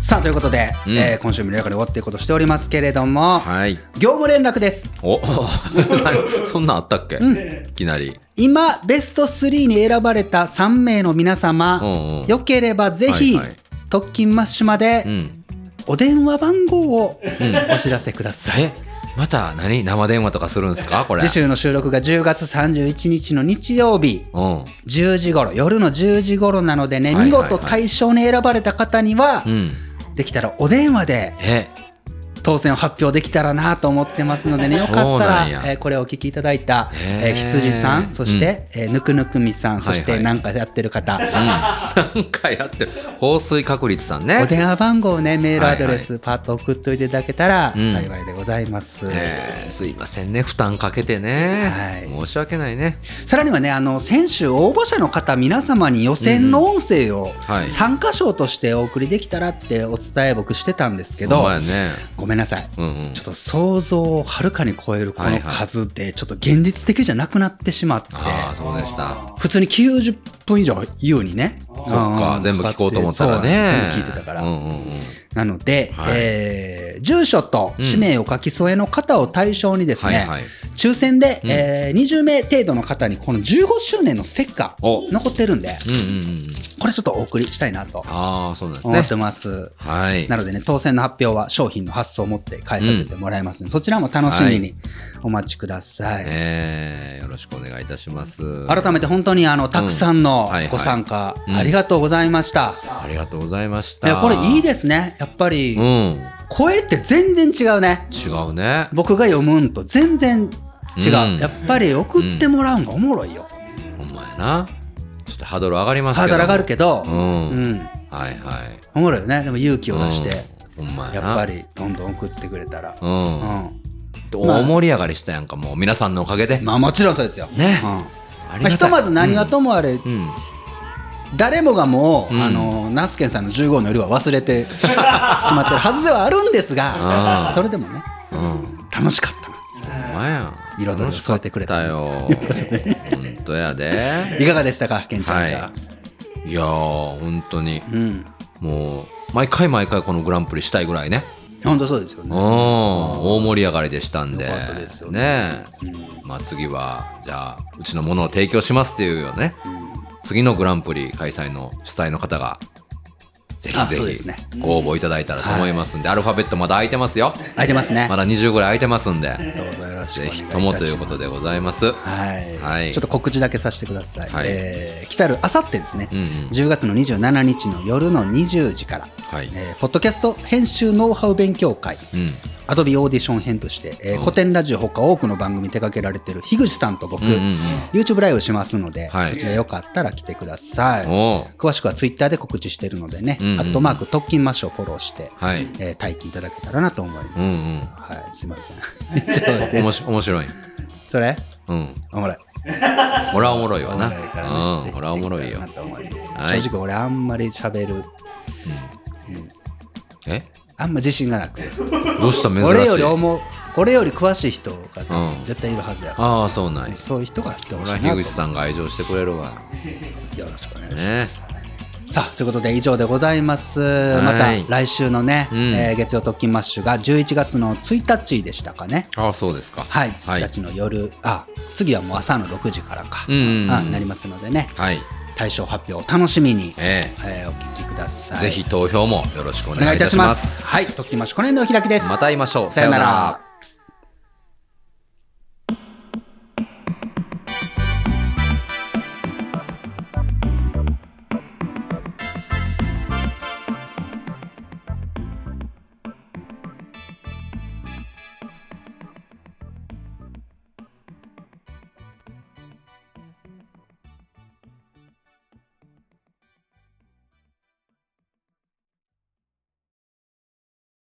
Speaker 1: さあということで、えー今週も中で終わっていくことしておりますけれども、業務連絡です
Speaker 2: お何そんなんあったっけ、
Speaker 1: うん
Speaker 2: いきなり。
Speaker 1: 今ベスト3に選ばれた3名の皆様、
Speaker 2: うん
Speaker 1: よければぜひ、
Speaker 2: はいはい
Speaker 1: 特勤マッシュまで、お電話番号をお知らせください、
Speaker 2: えまた何生電話とかするんですかこれ。
Speaker 1: 次週の収録が10月31日の日曜日、
Speaker 2: うん。
Speaker 1: 10時頃夜の10時頃なのでね、
Speaker 2: はいはいはい
Speaker 1: 見事対象に選ばれた方には、
Speaker 2: うん。
Speaker 1: できたらお電話で
Speaker 2: え
Speaker 1: 当選を発表できたらなと思ってますのでねよか
Speaker 2: そ
Speaker 1: っ
Speaker 2: うな
Speaker 1: たら、
Speaker 2: んや
Speaker 1: えーこれをお聞きいただいた、
Speaker 2: へー
Speaker 1: えー羊さんそして、えーぬくぬくみさんそし
Speaker 2: は
Speaker 1: て
Speaker 2: い
Speaker 1: なんかやってる
Speaker 2: な
Speaker 1: 方、
Speaker 2: んかやってる。降水確率さんね。
Speaker 1: お電話番号をねメールアドレス、
Speaker 2: は
Speaker 1: パッと送っといていただけたら
Speaker 2: うん
Speaker 1: 幸いでございます、
Speaker 2: えーすいませんね負担かけてね、申し訳ないね
Speaker 1: さらにはねあの先週応募者の方皆様に予選の音声を
Speaker 2: はい
Speaker 1: 参加賞としてお送りできたらってお伝え僕してたんですけど、
Speaker 2: ほんまやね
Speaker 1: ごめんなさい、
Speaker 2: うんうん
Speaker 1: ちょっと想像をはるかに超えるこの数でちょっと現実的じゃなくなってしまって、
Speaker 2: ああそうでした
Speaker 1: 普通に90分以上優にね
Speaker 2: そっか
Speaker 1: うん
Speaker 2: 全部聞こうと思ったらね
Speaker 1: そうなんです全部聞いてたから、
Speaker 2: うんうんうん
Speaker 1: なので、
Speaker 2: はい
Speaker 1: えー住所と氏名を書き添えの方を対象にですね、
Speaker 2: はいはい
Speaker 1: 抽選で、
Speaker 2: うん
Speaker 1: えー20名程度の方にこの15周年のステッカー残ってるんで、
Speaker 2: うんうんうん
Speaker 1: これちょっとお送りしたいなと
Speaker 2: ああそうなんですね
Speaker 1: 思ってます。
Speaker 2: はい
Speaker 1: なのでね、当選の発表は商品の発送を持って返させてもらいますので、そちらも楽しみ
Speaker 2: は
Speaker 1: にお待ちください。
Speaker 2: えーよろしくお願いいたします
Speaker 1: 改めて本当にあのたくさん
Speaker 2: う
Speaker 1: の
Speaker 2: んはいはい
Speaker 1: ご参加
Speaker 2: うん
Speaker 1: ありがとうございました。
Speaker 2: ありがとうございまし
Speaker 1: いや
Speaker 2: た
Speaker 1: これいいですね。やっぱり、
Speaker 2: うん
Speaker 1: 声って全然違うね。
Speaker 2: 違うね
Speaker 1: 僕が読むんと全然違う。
Speaker 2: うん
Speaker 1: やっぱり送ってもらうんがおもろいよ。
Speaker 2: ほんまやなちょっとハードル上がりますけど
Speaker 1: ハードル上がるけど
Speaker 2: うん、
Speaker 1: うん
Speaker 2: はいはい
Speaker 1: おもろいよね。でも勇気を出して、
Speaker 2: ほんまやな
Speaker 1: やっぱりどんどん送ってくれたら。
Speaker 2: うん、
Speaker 1: まあ
Speaker 2: 大盛り上がりしたやんかもう皆さんのおかげで
Speaker 1: まあもちろんそうですよ
Speaker 2: ね、あり
Speaker 1: まあ、
Speaker 2: がたい
Speaker 1: ひとまず何はともあれ、誰もがもう、
Speaker 2: うん
Speaker 1: あのナスケンさんの15の夜は忘 れてしまってるはずではあるんです
Speaker 2: あ
Speaker 1: が
Speaker 2: ー
Speaker 1: それでもね
Speaker 2: うん、
Speaker 1: 楽しかった
Speaker 2: ほんまや
Speaker 1: 彩りを添えてくれた
Speaker 2: よ 本当やで
Speaker 1: いかがでしたかケンちゃんじゃあ
Speaker 2: はい、いやー本当に、
Speaker 1: ん
Speaker 2: もう毎回毎回このグランプリしたいぐらいね
Speaker 1: 本当そうですよ
Speaker 2: うん
Speaker 1: ね
Speaker 2: 大盛り上がりでしたんで
Speaker 1: よかったですよ
Speaker 2: ねえまあ次はじゃあうちのものを提供しますっていうよね、次のグランプリ開催の主催の方がぜ
Speaker 1: あ
Speaker 2: ひ
Speaker 1: そう
Speaker 2: ぜ
Speaker 1: で
Speaker 2: ひ
Speaker 1: すね
Speaker 2: ご応募いただいたらと思いますんで、アルファベットまだ空いてますよ
Speaker 1: 空いてますね
Speaker 2: まだ20ぐらい空いてますんで
Speaker 1: よろしくお
Speaker 2: ぜ
Speaker 1: 願いいたし
Speaker 2: ひ
Speaker 1: ます
Speaker 2: ともということでございます
Speaker 1: はい、
Speaker 2: はい
Speaker 1: ちょっと告知だけさせてください、
Speaker 2: はい
Speaker 1: えー来たるあさってですね、
Speaker 2: うんうん
Speaker 1: 10月の27日の夜の20時から、
Speaker 2: はい
Speaker 1: えーポッドキャスト編集ノウハウ勉強会、
Speaker 2: うん
Speaker 1: アドビオーディション編として、えー古典ラジオほか多くの番組手掛けられてる樋口さんと僕、
Speaker 2: うんうんうん
Speaker 1: YouTube ライブしますので、
Speaker 2: はい
Speaker 1: そちらよかったら来てください
Speaker 2: おう
Speaker 1: 詳しくは Twitter で告知してるのでね「
Speaker 2: うんうん
Speaker 1: アットマーク特勤マッシュ」をフォローして、
Speaker 2: はい
Speaker 1: えー待機いただけたらなと思います、
Speaker 2: うんうん
Speaker 1: はい、すいません以上で
Speaker 2: おも
Speaker 1: す
Speaker 2: し面白い
Speaker 1: それ
Speaker 2: うん
Speaker 1: おもろい
Speaker 2: 俺はおもろいわな
Speaker 1: おもろいからね
Speaker 2: うん俺はおもろいよはい
Speaker 1: 正直俺あんまり喋る、うん
Speaker 2: え
Speaker 1: あんま自信がなくて
Speaker 2: どうした珍しい
Speaker 1: 俺より思う俺より詳しい人が
Speaker 2: うん
Speaker 1: 絶対いるはずや、
Speaker 2: ああそうなんや
Speaker 1: そういう人が来てほ
Speaker 2: 俺
Speaker 1: しい
Speaker 2: は
Speaker 1: なと思
Speaker 2: 樋
Speaker 1: う
Speaker 2: 口さんが愛情してくれるわ
Speaker 1: よろしくお願いします、
Speaker 2: ね
Speaker 1: さあということで以上でございます、ま
Speaker 2: はい
Speaker 1: た来週のね、
Speaker 2: うん
Speaker 1: えー月曜特勤マッシュが11月の1日でしたかね
Speaker 2: ああそうですか
Speaker 1: はい1日の夜、あ次はもう朝の6時からか、
Speaker 2: うんうんうん
Speaker 1: あなりますのでね、
Speaker 2: はい
Speaker 1: 大賞発表を楽しみに、
Speaker 2: え
Speaker 1: えーお聞きください
Speaker 2: ぜひ投票もよろしくお
Speaker 1: お
Speaker 2: 願い
Speaker 1: 願い
Speaker 2: い
Speaker 1: い
Speaker 2: た
Speaker 1: た
Speaker 2: し
Speaker 1: し
Speaker 2: ま
Speaker 1: ますすはい特勤マッシュこの辺でお開きです
Speaker 2: また会いましょう
Speaker 1: さよな
Speaker 2: さよな
Speaker 1: ら
Speaker 2: ら